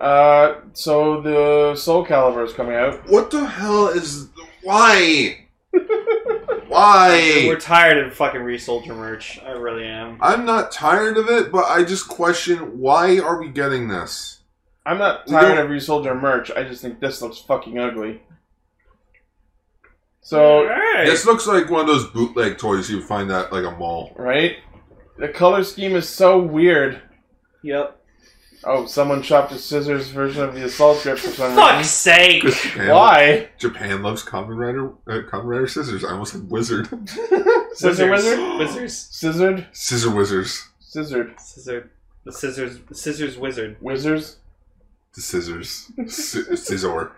D: Uh, so the Soul Calibur is coming out.
B: What the hell is? Why?
C: We're
B: why?
C: tired of fucking Resoldier merch. I really am.
B: I'm not tired of it, but I just question why are we getting this?
D: I'm not
B: We
D: tired
B: don't-
D: of Resoldier merch. I just think this looks fucking ugly. So
C: Alright.
B: This looks like one of those bootleg toys you find at like a mall.
D: right, the color scheme is so weird.
C: Yep.
D: Oh, someone chopped a scissors version of the assault grip for some
C: Fuck's
D: reason.
C: sake.
B: Japan,
D: Why?
B: Japan loves Kamen Rider, uh, Kamen Rider scissors. I almost said wizard.
D: Scissor wizard?
C: Wizards. Wizards.
D: Scissored?
B: Scissor wizards.
D: Scissored.
C: Scissor. The scissors. Scissors wizard.
D: Wizards?
B: The scissors. Sci- scissor.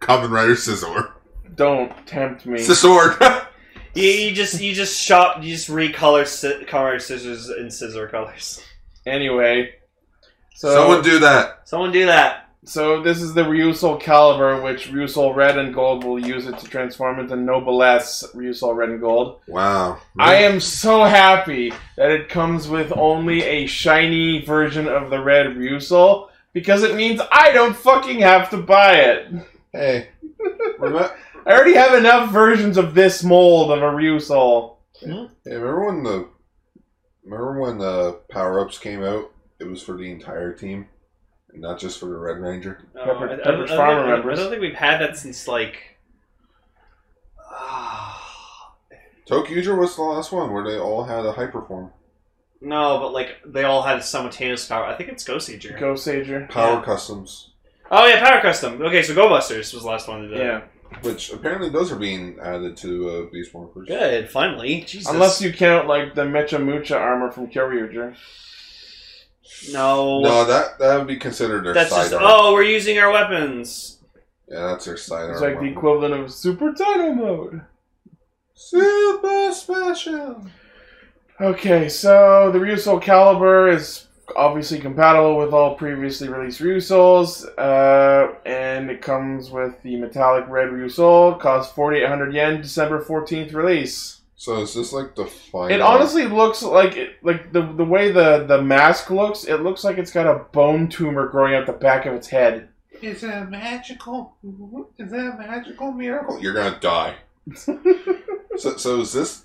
B: Kamen Rider scissor.
D: Don't tempt me.
B: Scissor.
C: You, you just you just shop. You just recolor si- color scissors in scissor colors.
D: Anyway. So
B: Someone do that.
C: Someone do that.
D: So this is the Ryusoul Caliber, which Ryusoul Red and Gold will use it to transform into Noblesse Ryusoul Red and Gold.
B: Wow.
D: I am so happy that it comes with only a shiny version of the Red Ryusoul, because it means I don't fucking have to buy it.
B: Hey. Remember,
D: I already have enough versions of this mold of a Ryusoul.
B: Yeah, remember when the remember when the power ups came out? It was for the entire team, and not just for the Red Ranger.
C: Oh,
D: Pepper-
C: I- I- I
D: Pepper's
C: don't-
D: Farm
C: I don't-
D: remembers.
C: I don't think we've had that since like. Ah.
B: Tokyuger was the last one where they all had a hyperform
C: no, but like they all had simultaneous power. I think it's Ghost Seeker.
D: Go Sager.
B: power
C: Yeah.
B: customs,
C: oh yeah, Power Custom. Okay, so Go Busters was the last one to do. that.
D: Yeah.
B: which apparently those are being added to uh, Beast Morphers.
C: Good. Finally. Jesus.
D: Unless you count like the Mecha Mucha armor from Kyoryuger.
C: No.
B: No, that that would be considered their
C: That's
B: side
C: just.
B: arm.
C: Oh, we're using our weapons.
B: Yeah, that's their side
D: It's
B: arm
D: like the
B: weapon.
D: equivalent of Super Dino Mode.
B: Super special.
D: Okay, so the Ryusoul Caliber is obviously compatible with all previously released Ryusouls, uh, and it comes with the metallic red Ryusoul, costs 4,800 yen, December 14th release.
B: So is this like the final?
D: It honestly looks like it, like the the way the, the mask looks, it looks like it's got a bone tumor growing out the back of its head.
B: It's a magical. It's a magical miracle. You're gonna die. so, so is this?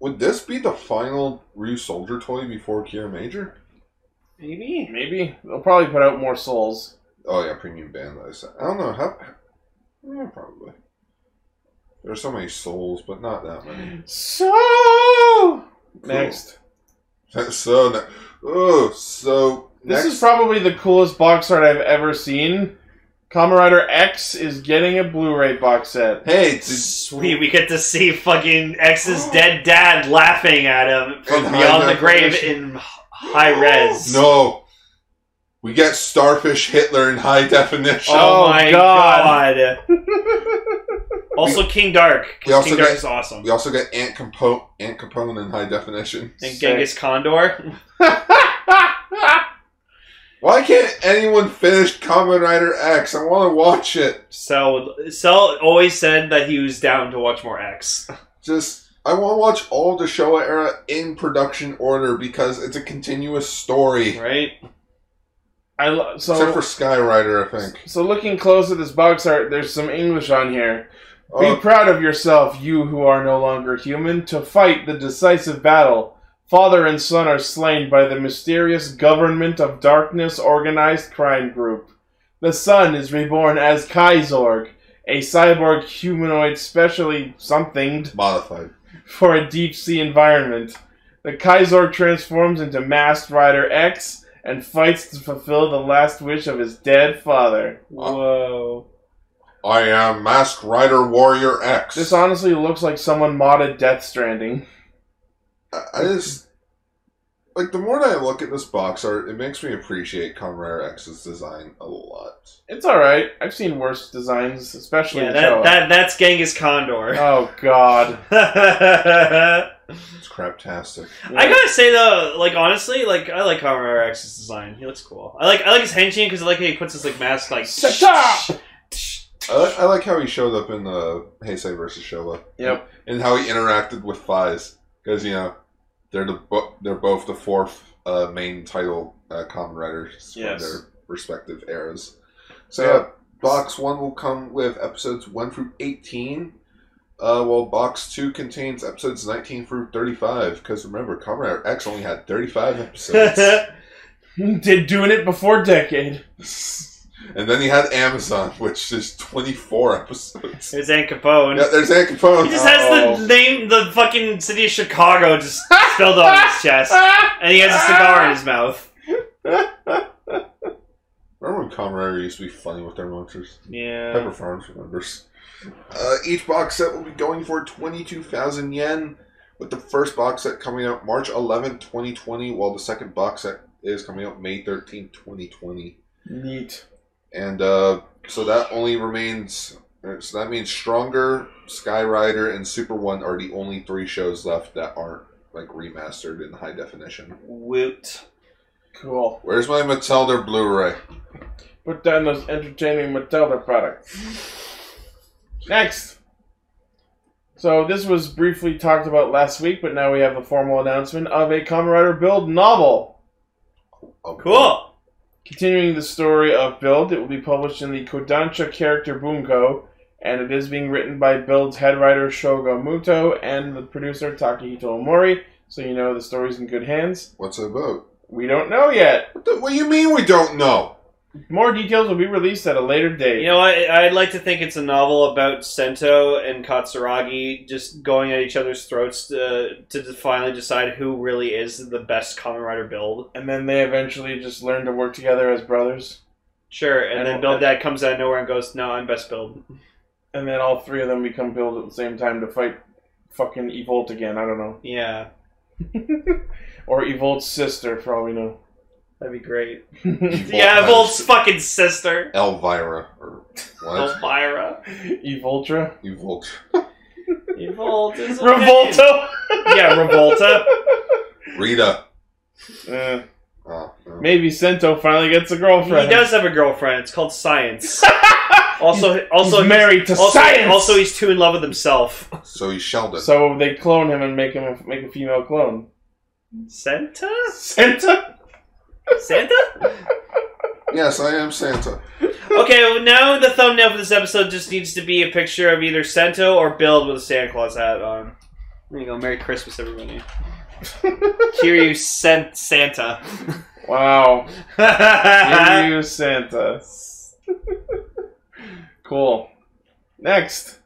B: Would this be the final Rue Soldier toy before Kira Major?
C: Maybe.
D: Maybe. They'll probably put out more souls.
B: Oh yeah, premium band. I said. I don't know how. Yeah, probably. There's so many souls, but not that many.
D: So
B: Cool.
D: next.
B: So ne- oh, so
D: This
B: next
D: is probably the coolest box art I've ever seen. Kamen Rider X is getting a Blu-ray box set.
B: hey, did,
C: Sweet, we get to see fucking X's dead dad laughing at him from
B: In high
C: beyond the grave
B: definition.
C: in h- high res.
B: no. We get Starfish Hitler in high definition.
C: Oh,
D: Oh,
C: my god.
D: God.
C: also, King Dark. 'cause
B: We also
C: King Dark
B: got-
C: is awesome.
B: We also get Ant Capone, Ant Capone in high definition.
C: And Genghis Condor.
B: Why can't anyone finish Kamen Rider X? I want to watch it.
C: Cell, Cell always said that he was down to watch more X.
B: Just, I want to watch all the Showa era in production order because it's a continuous story.
C: Right?
D: I lo-
B: Except
D: so
B: for Sky Rider, I think.
D: so looking close at this box art, there's some English on here. Be
B: Oh,
D: proud of yourself, you who are no longer human, to fight the decisive battle. Father and son are slain by the mysterious government of darkness organized crime group. The son is reborn as Kaizorg, a cyborg humanoid specially somethinged
B: modified.
D: for a deep sea environment. The Kaizorg transforms into Masked Rider X and fights to fulfill the last wish of his dead father.
C: Whoa.
B: I am Mask Rider Warrior X.
D: This honestly looks like someone modded Death Stranding.
B: I I just, like the more that I look at this box art, it makes me appreciate Comrade X's design a lot.
D: It's all right. I've seen worse designs, especially
C: Yeah,
D: in
C: that,
D: Toa.
C: that that's Genghis Condor.
D: Oh God.
C: I
B: It's craptastic.
C: gotta say though, like honestly, like I like Comrade X's design. He looks cool. I like I like his henchman because I like how he puts his like mask like.
D: Sata!
B: I, li- I like how he showed up in uh, Heisei versus Showa.
D: Yep.
B: And how he interacted with Fize because you know they're the bo- they're both the fourth uh, main title uh, common writers
D: Yes.
B: from their respective eras. So
D: Yeah.
B: yeah, box one will come with episodes one through eighteen. Uh, while box two contains episodes 19 through 35, because remember, Comrade X only had 35 episodes.
D: Did doing it before decade.
B: and then he had Amazon, which is 24 episodes.
C: There's Aunt Capone.
B: Yeah, there's Ann Capone.
C: He just has
D: Oh.
C: the name, the fucking city of Chicago just spelled on his chest,
D: Ah!
C: and he has a cigar in his mouth.
B: Remember when Comrade used to be funny with their monsters?
C: Yeah.
B: Pepper Farms remembers. Uh, each box set will be going for 22,000 yen, with the first box set coming out March 11, 2020, while the second box set is coming out May 13, 2020.
D: Neat.
B: And uh, so that only remains. er, So that means Stronger, Sky Rider, and Super One are the only three shows left that aren't like remastered in high definition.
C: Woot.
D: Cool.
B: Where's my Matilda Blu-ray?
D: Put down those entertaining Matilda products. Next. So this was briefly talked about last week, but now we have the formal announcement of a Kamen Rider Build novel.
B: Oh,
C: Cool.
D: Continuing the story of Build, it will be published in the Kodansha character Bunko, and it is being written by Build's head writer Shogo Muto and the producer Takahito Omori, so you know the story's in good hands.
B: What's it about?
D: We don't know yet.
B: What, the, what do you mean we don't know?
D: More details will be released at a later date.
C: You know, I, I'd like to think it's a novel about Sento and Katsuragi just going at each other's throats to, to de- finally decide who really is the best Kamen Rider build.
D: and then they eventually just learn to work together as brothers.
C: Sure, and,
D: And-
C: then Build Dad comes out of nowhere and goes, "No, I'm best build."
D: And then all three of them become built at the same time to fight fucking Evolt again. I don't know.
C: Yeah,
D: Or Evolt's sister, for all we know.
C: that'd be great.
B: Evolt
C: yeah,
B: has
C: Volt's fucking sister,
B: Elvira or what?
C: Elvira.
D: Evoltra?
B: Evolt.
C: Revolt is a
D: Revolto!
C: man. Yeah, Revolta.
B: Rita.
D: Uh,
B: Oh, no.
D: maybe Sento finally gets a girlfriend.
C: He does have a girlfriend. It's called Science. Also, also
D: also
C: he's-
D: married to
C: also,
D: science.
C: Also, he's too in love with himself.
B: So he's Sheldon.
D: so they clone him and make him a, make a female clone.
C: Santa?
D: Sento.
C: Santa?
B: yes, I am Santa.
C: Okay, well, now the thumbnail for this episode just needs to be a picture of either Sento or Build with a Santa Claus hat on. There you go. Merry Christmas, everybody. Here you sent Santa.
D: Wow. Here you Santa. Cool. Next.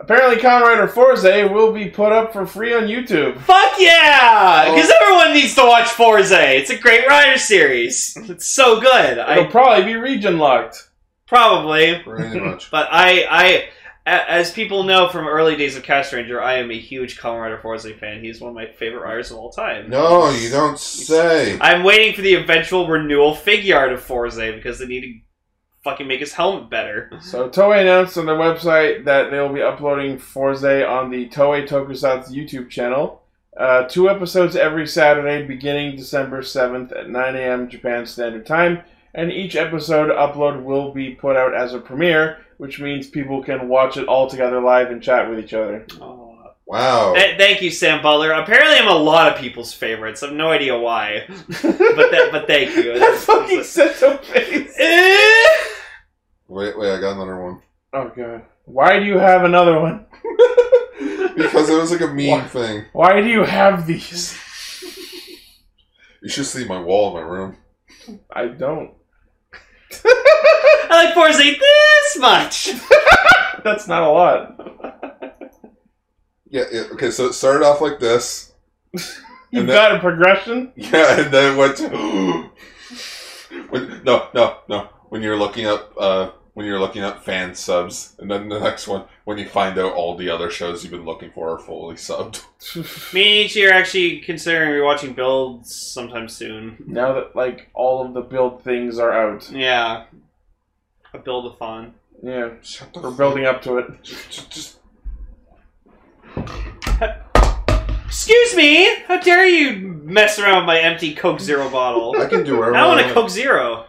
D: Apparently, Conrad Forze will be put up for free on YouTube.
C: Fuck yeah! Because everyone needs to watch Forza. It's a great rider series. It's so good.
D: It'll
C: I
D: probably be region locked.
C: probably,
B: Pretty much.
C: but I, I, a- as people know from early days of Cast Ranger, I am a huge Kamen Rider Forza fan. He's one of my favorite riders of all time.
B: No, you don't say.
C: I'm waiting for the eventual renewal figure art of Forza because they need to fucking make his helmet better.
D: So Toei announced on their website that they will be uploading Forze on the Toei Tokusatsu YouTube channel. Uh, two episodes every Saturday beginning December 7th at 9 a.m. Japan Standard Time. And each episode upload will be put out as a premiere, which means people can watch it all together live and chat with each other. Oh.
B: Wow.
C: Th- thank you, Sam Butler. Apparently, I'm a lot of people's favorites. I've no idea why, but that, but thank you.
D: that fucking Sento face.
C: Eh?
B: Wait, wait, I got another one.
D: Oh god. Why do you have another one?
B: Because it was like a meme
D: Why?
B: thing.
D: Why do you have these?
B: You should see my wall in my room.
D: I don't.
C: I like Forza this much.
D: That's not a lot.
B: Yeah, yeah, okay, so it started off like this.
D: You've
B: And that-
D: got a progression?
B: Yeah, and then it went to. when, no, no, no. When you're looking up uh, when you're looking up fan subs, and then the next one when you find out all the other shows you've been looking for are fully subbed.
C: Me and Ichi are actually considering rewatching builds sometime soon.
D: now that like all of the build things are out.
C: Yeah. A build-a-thon.
D: Yeah,
B: Shut the
D: we're
B: f-
D: building up to it.
B: just- just- just-
C: Excuse me! How dare you mess around with my empty Coke Zero bottle?
B: I can do whatever.
C: I want a Coke Zero.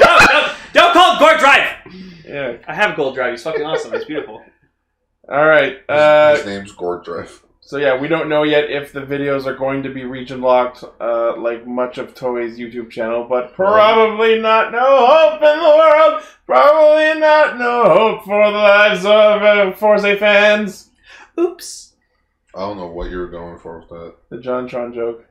C: No, no, don't call it Gold Drive!
D: Yeah.
C: I have Gold Drive. He's fucking awesome. It's beautiful.
D: All right.
B: His,
D: Uh,
B: his name's Gord Drive.
D: so yeah, we don't know yet if the videos are going to be region locked, uh, like much of Toei's YouTube channel, but probably not. No hope in the world. Probably not. No hope for the lives of uh, Forza fans.
C: Oops.
B: I don't know what you were going for with that.
D: The JonTron joke.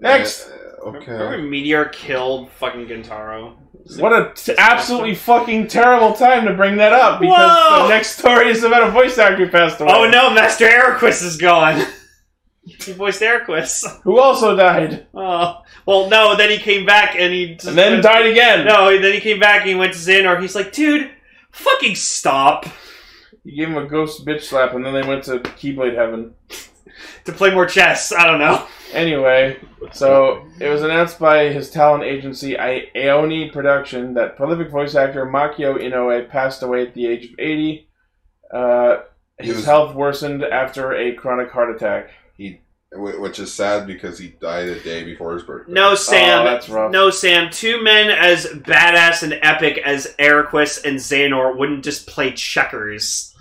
D: Next.
B: Uh,
C: Remember
B: okay.
C: Meteor killed fucking Gintaro?
D: What a t- absolutely fucking terrible time to bring that up because
C: Whoa!
D: the next story is about a voice actor who passed away.
C: Oh no, Master Aeroquist is gone! he voiced Aeroquist.
D: Who also died
C: Oh. Well, no, then he came back and he just.
D: and then died again.
C: No, then he came back and he went to Xehanort. He's like, dude, fucking stop.
D: You gave him a ghost bitch slap, and then they went to Keyblade Heaven.
C: To play more chess. I don't know.
D: Anyway, so it was announced by his talent agency, I- Aoni Production, that prolific voice actor Makio Inoue passed away at the age of 80. Uh,
B: He
D: his
B: was-
D: health worsened after a chronic heart attack.
B: Wh- Which is sad because he died a day before his birthday.
C: No, Sam.
D: Oh, that's rough.
C: No, Sam. Two men as badass and epic as Eriquis and Xehanort wouldn't just play checkers.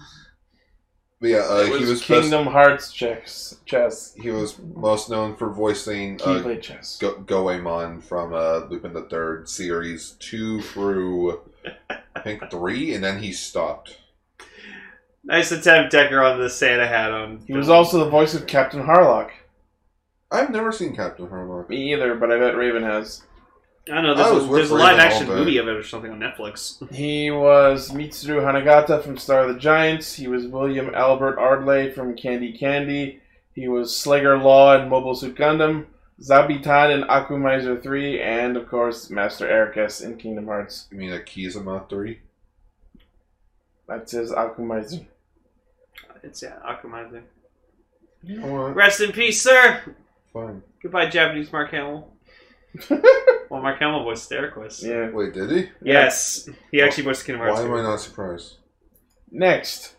B: But yeah, uh,
D: it was
B: he was best-
D: Kingdom Hearts chess. chess.
B: he was most known for voicing uh,
D: Keyblade chess.
B: Go- Goemon from uh, Lupin the Third series two through I think three, and then he stopped.
C: Nice attempt, Decker, on the Santa hat on.
D: He was also the voice of Captain Harlock.
B: I've never seen Captain Harlock.
D: Me either, but I bet Raven has.
C: I don't know.
B: I
C: There's,
B: was
C: a,
B: with
C: there's a
B: Raven
C: live action
B: all day.
C: movie of it or something on Netflix.
D: He was Mitsuru Hanagata from Star of the Giants. He was William Albert Ardley from Candy Candy. He was Slayer Law in Mobile Suit Gundam. Zabitan in Akumizer 3. And, of course, Master Ericus in Kingdom Hearts.
B: You mean Akizama three?
D: That's his Akumizer.
C: It's yeah, Akumaizu.
B: You know what?
C: Rest in peace, sir.
B: Fine.
C: Goodbye, Japanese Mark Hamill. well, Mark Hamill voiced Eriquis.
D: Yeah.
B: Wait, did he?
C: Yes, he actually voiced Kingdom Hearts.
B: Why am
C: two.
B: I not surprised?
D: Next.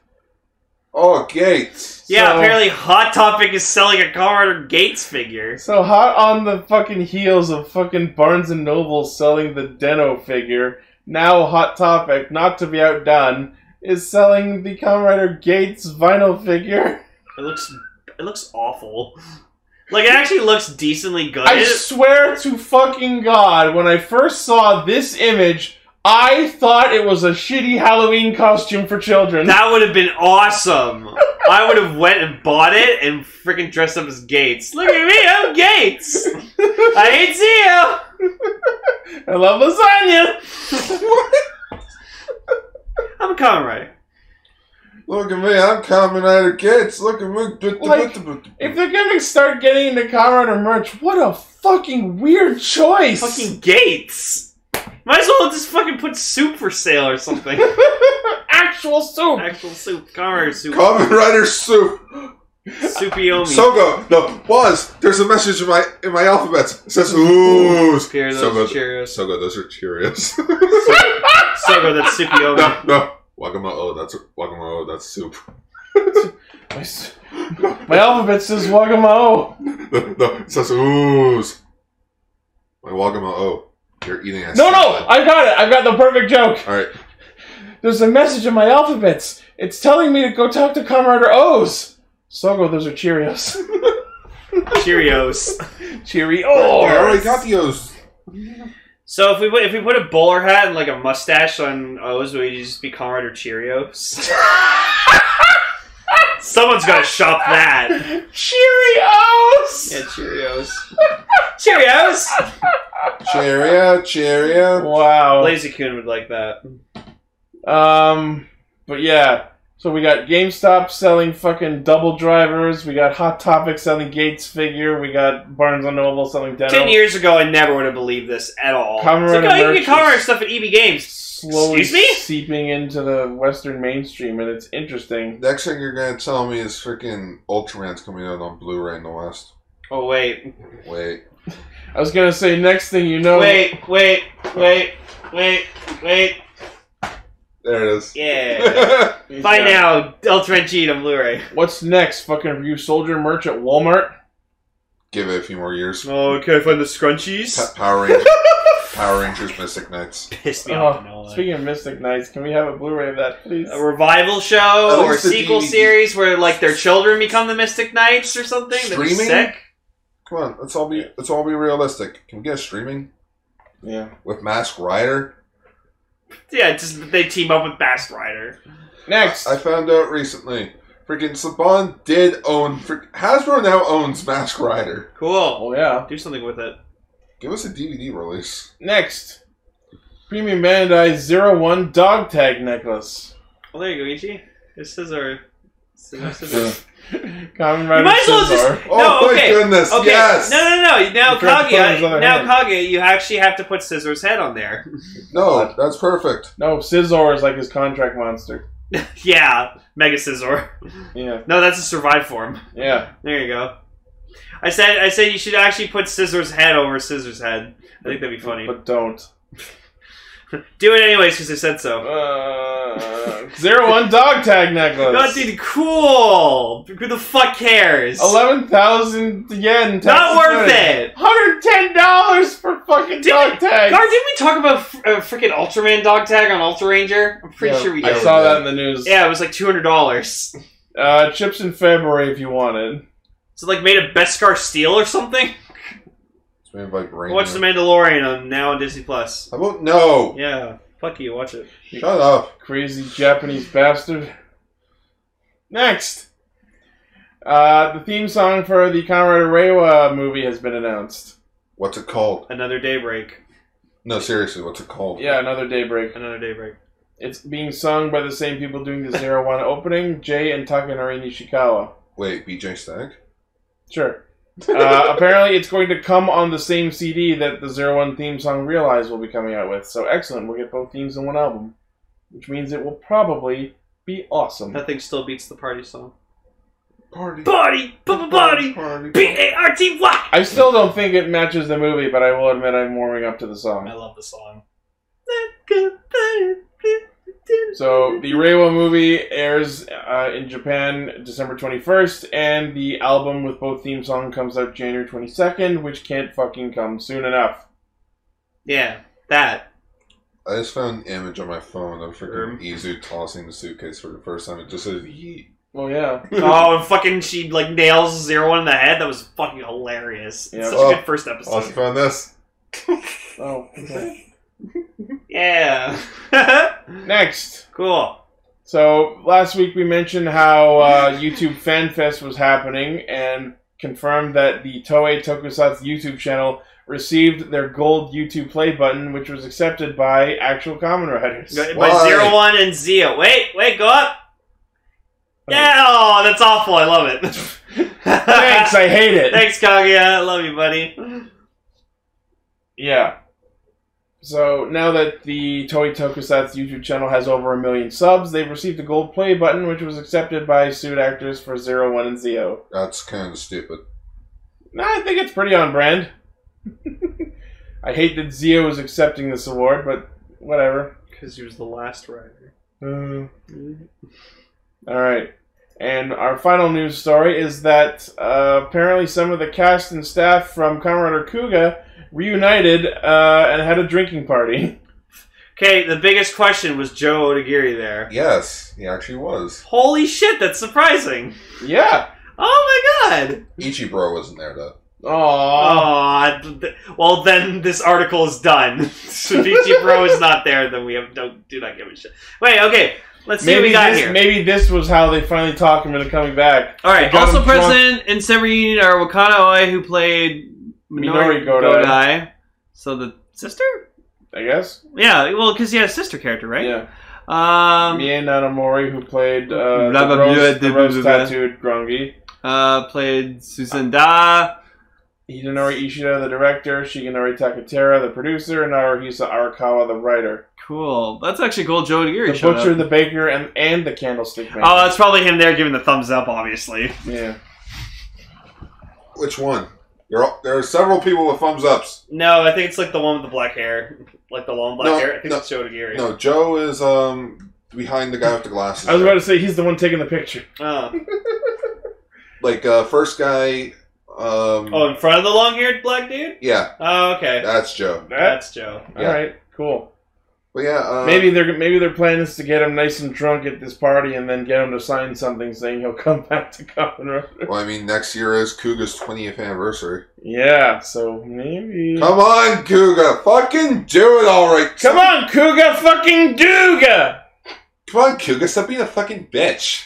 B: Oh, Gates.
C: Yeah,
D: So-
C: apparently Hot Topic is selling a Carter Gates figure.
D: So hot on the fucking heels of fucking Barnes and Noble selling the Deno figure, now hot topic, not to be outdone, is selling the Kamen Rider Gates vinyl figure.
C: It looks it looks awful. Like it actually looks decently good.
D: I swear to fucking God, when I first saw this image, I thought it was a shitty Halloween costume for children.
C: that would have been awesome. I would have went and bought it and freaking dressed up as Gates. Look at me, I'm Gates. I hate you.
D: I love lasagna.
C: I'm a comrade.
B: Look at me, I'm Kamen Rider Gates. Look at me.
D: Like, If they're gonna start getting into Kamen Rider merch, what a fucking weird choice.
C: Fucking Gates. Might as well just fucking put soup for sale or something.
D: actual soup.
C: Actual soup, comrade soup,
B: Kamen Rider Soup.
C: soupiomi.
B: Sogo, no, pause. There's a message in my in my alphabets. It says ooze.
C: Here, those
B: Sogo,
C: Cheerios.
B: Sogo, those are Cheerios.
C: Sogo, that's soupiomi.
B: no, no. Wagamama, that's Wagamama, that's soup.
D: My, s- my alphabet says Wagamao.
B: No, no, it says ooze. My Wagamama, you're eating a
D: No, no, I got it. I got the perfect joke.
B: All right.
D: There's a message in my alphabets. It's telling me to go talk to Comrade O's. Sogo, those are Cheerios.
C: Cheerios.
B: I
D: Cheerios.
B: already got the O's.
C: So if we put, if we put a bowler hat and like a mustache on O's, would you just be Comrade or Cheerios? Someone's gotta shop that.
D: Cheerios.
C: Yeah, Cheerios. Cheerios.
B: Cheerio, cheerio.
D: Wow.
C: Lazy Coon would like that.
D: Um, but yeah. So we got GameStop selling fucking double drivers. We got Hot Topic selling Gates figure. We got Barnes and Noble selling Deno.
C: Ten years ago, I never would have believed this at all.
D: Common
C: it's like,
D: Rider
C: oh, you can get
D: merch
C: Common
D: is-
C: Rider stuff at EB Games.
D: Slowly
C: Excuse me?
D: seeping into the Western mainstream, and it's interesting.
B: Next thing you're gonna tell me is freaking Ultraman's coming out on Blu-ray in the West.
C: Oh wait,
B: Wait,
D: I was gonna say, next thing you know,
C: wait, wait, wait, wait, wait.
B: there it is.
C: Yeah.
D: Yeah.
C: Buy now, Ultraman Cheat on Blu-ray.
D: What's next? Fucking review soldier merch at Walmart.
B: Give it a few more years.
C: Oh, can I find the scrunchies?
B: Pa- Power Rangers, Power Rangers, Mystic Knights.
C: Pissed me
D: Oh,
C: off. Nolan.
D: speaking of Mystic Knights, can we have a Blu-ray of that, please?
C: a revival show
B: At
C: or a
B: least the
C: sequel
B: DVD.
C: series where like their children become the Mystic Knights or something. That'd be
B: Streaming?
C: sick.
B: Come on, let's all be let's all be realistic. Can we get a streaming
D: Yeah.
B: with Mask Rider?
C: Yeah, it's just that they team up with Bass Rider.
D: Next,
B: I found out recently. Freaking Saban did own. Freak, Hasbro now owns Mask Rider.
C: Cool.
D: oh yeah.
C: Do something with it.
B: Give us a DVD release.
D: Next, Premium Bandai Zero One Dog Tag Necklace.
C: Well, Oh, there you go, Ichi. This is our. This is our scissors.
D: Common Rider
C: You might as well
D: Scizor.
B: Oh
C: No,
B: my
C: okay,
B: goodness!
C: Okay.
B: Yes.
C: No, no, no. Now
D: You forgot to put it on his
C: Kaguya,
D: other
C: now
D: hand.
C: Kaguya, you actually have to put Scissor's head on there.
B: No, that's perfect.
D: No, Scizor is like his contract monster.
C: yeah, Mega Scissor.
D: Yeah,
C: No, that's a survive form.
D: yeah.
C: There you go. I said, I said you should actually put Scissor's head over Scissor's head. I think that'd be funny.
D: But don't.
C: Do it anyways because I said so.
D: Uh, Zero One Dog Tag
C: Not
D: Necklace.
C: dude, cool. Who the fuck cares?
D: Eleven thousand yen.
C: Not worth it.
D: Hundred ten dollars for fucking
C: Did-
D: dog tag.
C: Gar, didn't we talk about f- uh, freaking Ultraman dog tag on Ultra Ranger? I'm pretty
D: Yeah,
C: sure we
D: I
C: did.
D: saw that in the news.
C: Yeah, it was like two hundred dollars.
D: Uh, chips in February if you wanted.
C: So like made of Beskar steel or something.
B: It's made by Brainiac.
C: Watch The Mandalorian on now on Disney Plus.
B: How about no?
C: Yeah, fuck you, watch it.
B: Shut up.
D: Crazy Japanese bastard. Next. Uh, the theme song for the Conrad Reiwa movie has been announced.
B: What's it called?
C: Another daybreak.
B: No, seriously, what's it called?
D: Yeah, another daybreak.
C: Another daybreak.
D: It's being sung by the same people doing the Zero One opening, Jay and Takanori Nishikawa.
B: Wait, BJ Stack?
D: Sure. Uh, apparently, it's going to come on the same CD that the Zero One theme song "Realize" will be coming out with. So excellent, we'll get both themes in one album, which means it will probably be awesome.
C: Nothing still beats the party song.
B: Party.
C: Party, bubba party,
B: Party.
C: B A R T Y.
D: I still don't think it matches the movie, but I will admit I'm warming up to the
C: I
D: song.
C: love the song.
D: So the Reiwa movie airs uh, in Japan December 21st, and the album with both theme song comes out January 22nd, which can't fucking come soon enough.
C: Yeah, that.
B: I just found an image on my phone of freaking
C: Sure.
B: Izu tossing the suitcase for the first time. It just says yeet.
D: Well, yeah.
C: oh, and fucking she like nails zero one in the head. That was fucking hilarious. It's
D: Yeah.
C: Such a
B: Oh.
C: good first
B: I also
C: episode.
B: found this.
D: Oh. okay.
C: Yeah.
D: Next.
C: cool.
D: So last week we mentioned how uh, YouTube FanFest was happening and confirmed that the Toei Tokusatsu YouTube channel received their gold YouTube play button, which was accepted by actual common writers.
C: Go- By
B: Why?
C: zero one and Zio. Wait, wait, go up. Yeah, oh, that's awful. I love it.
D: Thanks, I hate it.
C: Thanks, Kaguya. I love you, buddy.
D: Yeah. So now that the Toei Tokusatsu YouTube channel has over a million subs, they've received a gold play button, which was accepted by sued actors for Zero One and Zio.
B: That's kind of stupid.
D: No, I think it's pretty on brand. I hate that Zio is accepting this award, but whatever.
C: Because he was the last rider.
D: Uh, all right. And our final news story is that uh, apparently some of the cast and staff from Comrade Kuga reunited uh, and had a drinking party.
C: Okay, the biggest question was Joe Odagiri there.
B: Yes, he actually was.
C: Holy shit, that's surprising.
D: yeah.
C: Oh my god.
B: Ichibro wasn't there though.
C: Oh,
D: Aww.
C: Aw, th- th- well then this article is done. so if DT Bro is not there, then we have don't do not give a shit. Wait, okay, let's see what we got
D: this,
C: here.
D: maybe this was how they finally talked him into coming back.
C: All right.
D: we got
C: Also
D: him drunk.
C: present in Sever Union are Wakana Oi, who played Minori,
D: Minori Godai.
C: Godai. So the sister?
D: I guess.
C: Yeah. Well, because he had a sister character, right?
D: Yeah.
C: Um,
D: Mie Nanomori, who played
C: Blah,
D: uh,
C: blah,
D: the rose,
C: blah,
D: the
C: blah,
D: rose
C: blah, blah.
D: tattooed Grungy.
C: uh, played Susan Da.
D: Hidenori Ishida, the director. Shigenori Takatera, the producer. And Haruhisa Arakawa, the writer.
C: Cool. That's actually cool. Joe Aguirre
D: the
C: showed
D: butcher,
C: up.
D: the baker, and, and the candlestick man.
C: Oh, that's probably him there giving the thumbs up, obviously.
D: yeah.
B: Which one? There are, there are several people with thumbs ups.
C: No, I think it's like the one with the black hair. Like the long black
B: No,
C: hair. I think
B: no,
C: it's Joe Aguirre.
B: No, Joe is um behind the guy with the glasses.
D: I was about to say he's the one taking the picture.
C: Oh.
B: like uh, first guy. Um,
C: oh, in front of the long haired black dude?
B: yeah,
C: Oh, okay.
B: that's Joe.
D: That,
C: That's Joe.
B: yeah.
D: all right, cool.
B: But yeah, uh,
D: Maybe they're maybe their plan is to get him nice and drunk at this party and then get him to sign something saying he'll come back to Common Rider.
B: Well, I mean, next year is Couga's 20th anniversary.
D: Yeah, so maybe.
B: Come on, Cougar, fucking do it all right.
D: Come on, Kuga fucking Duga!
B: Come on, Cougar, stop being a fucking bitch.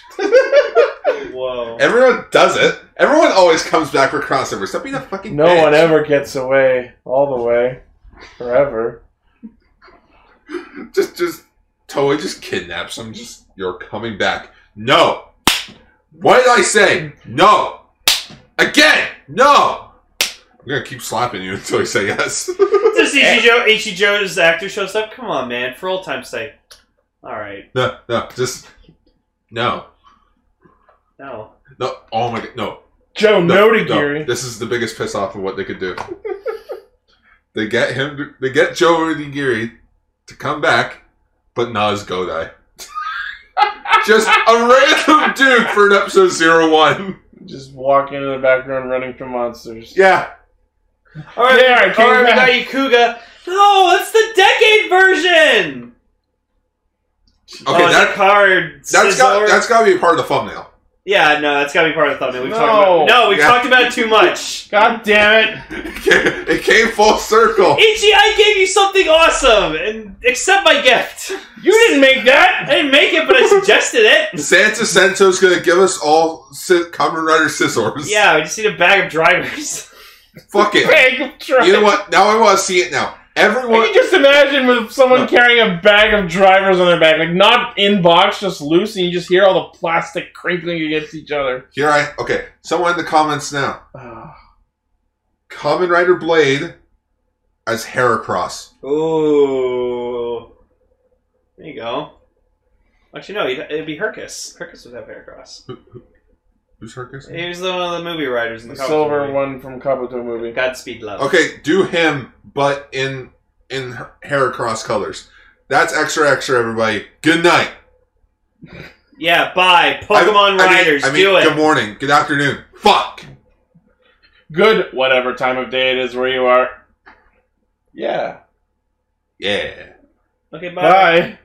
C: Whoa.
B: Everyone does it. Everyone always comes back for crossovers. Stop being a fucking
D: No
B: bitch.
D: one ever gets away, all the way, forever.
B: Just, just totally just kidnaps them. Just you're coming back. No. What did I say? No. Again. No. I'm gonna keep slapping you until you say yes.
C: Does Ichijo, Ichijo's actor shows up? Come on, man. For old time's sake. Alright.
B: no, no, just no,
C: No.
B: no. Oh my god, no.
D: Joe
B: No,
D: Nodigiri.
B: no. This is the biggest piss off of what they could do. they get him. to- They get Joe Nigiri to come back, but not as Godai. Just a random dude for an episode zero one.
D: Just walking in the background running from monsters.
B: Yeah,
C: Alright,
D: There, I came
C: alright, we
D: back.
C: got you, Kuga. No, that's the decade version!
B: Okay,
C: oh,
B: that-
C: that card.
B: that's got
C: Scizor-
B: that's got to be a part of the thumbnail.
C: Yeah, no, that's got to be part of the thumbnail. We've
D: No.
C: talked about no, we've
B: Yeah.
C: talked about it too much.
D: God damn it!
B: it came full circle.
C: Ichi, I gave you something awesome, and accept my gift.
D: You didn't make that!
C: I didn't make it, but I suggested it.
B: Santa Sento's gonna give us all si- Kamen Rider scissors.
C: Yeah, we just need a bag of drivers.
B: fuck it.
D: Bag of trucks!
B: You know what? Now I want to see it now.
D: I
B: Everyone,
D: can just imagine with someone
B: No.
D: carrying a bag of drivers on their back, like not in box, just loose, and you just hear all the plastic crinkling against each other.
B: here I okay. Someone in the comments now.
D: Ah.
B: Common Rider Blade as Heracross.
C: Ooh, there you go. Actually, no, you'd- it'd be Hercus. Hercus would have Heracross.
B: Who's Heracross?
C: He was the one of the movie writers in
D: the
C: the
D: silver
C: movie.
D: one from Kabuto movie.
C: Godspeed Love.
B: Okay, do him, but in in Heracross colors. That's extra, extra, everybody. Good night.
C: Yeah, bye. Pokemon
B: I- I mean-
C: Riders,
B: I mean,
C: do it.
B: Good morning. Good afternoon. Fuck.
D: Good, whatever time of day it is where you are. Yeah.
B: Yeah.
C: Okay, bye.
D: Bye.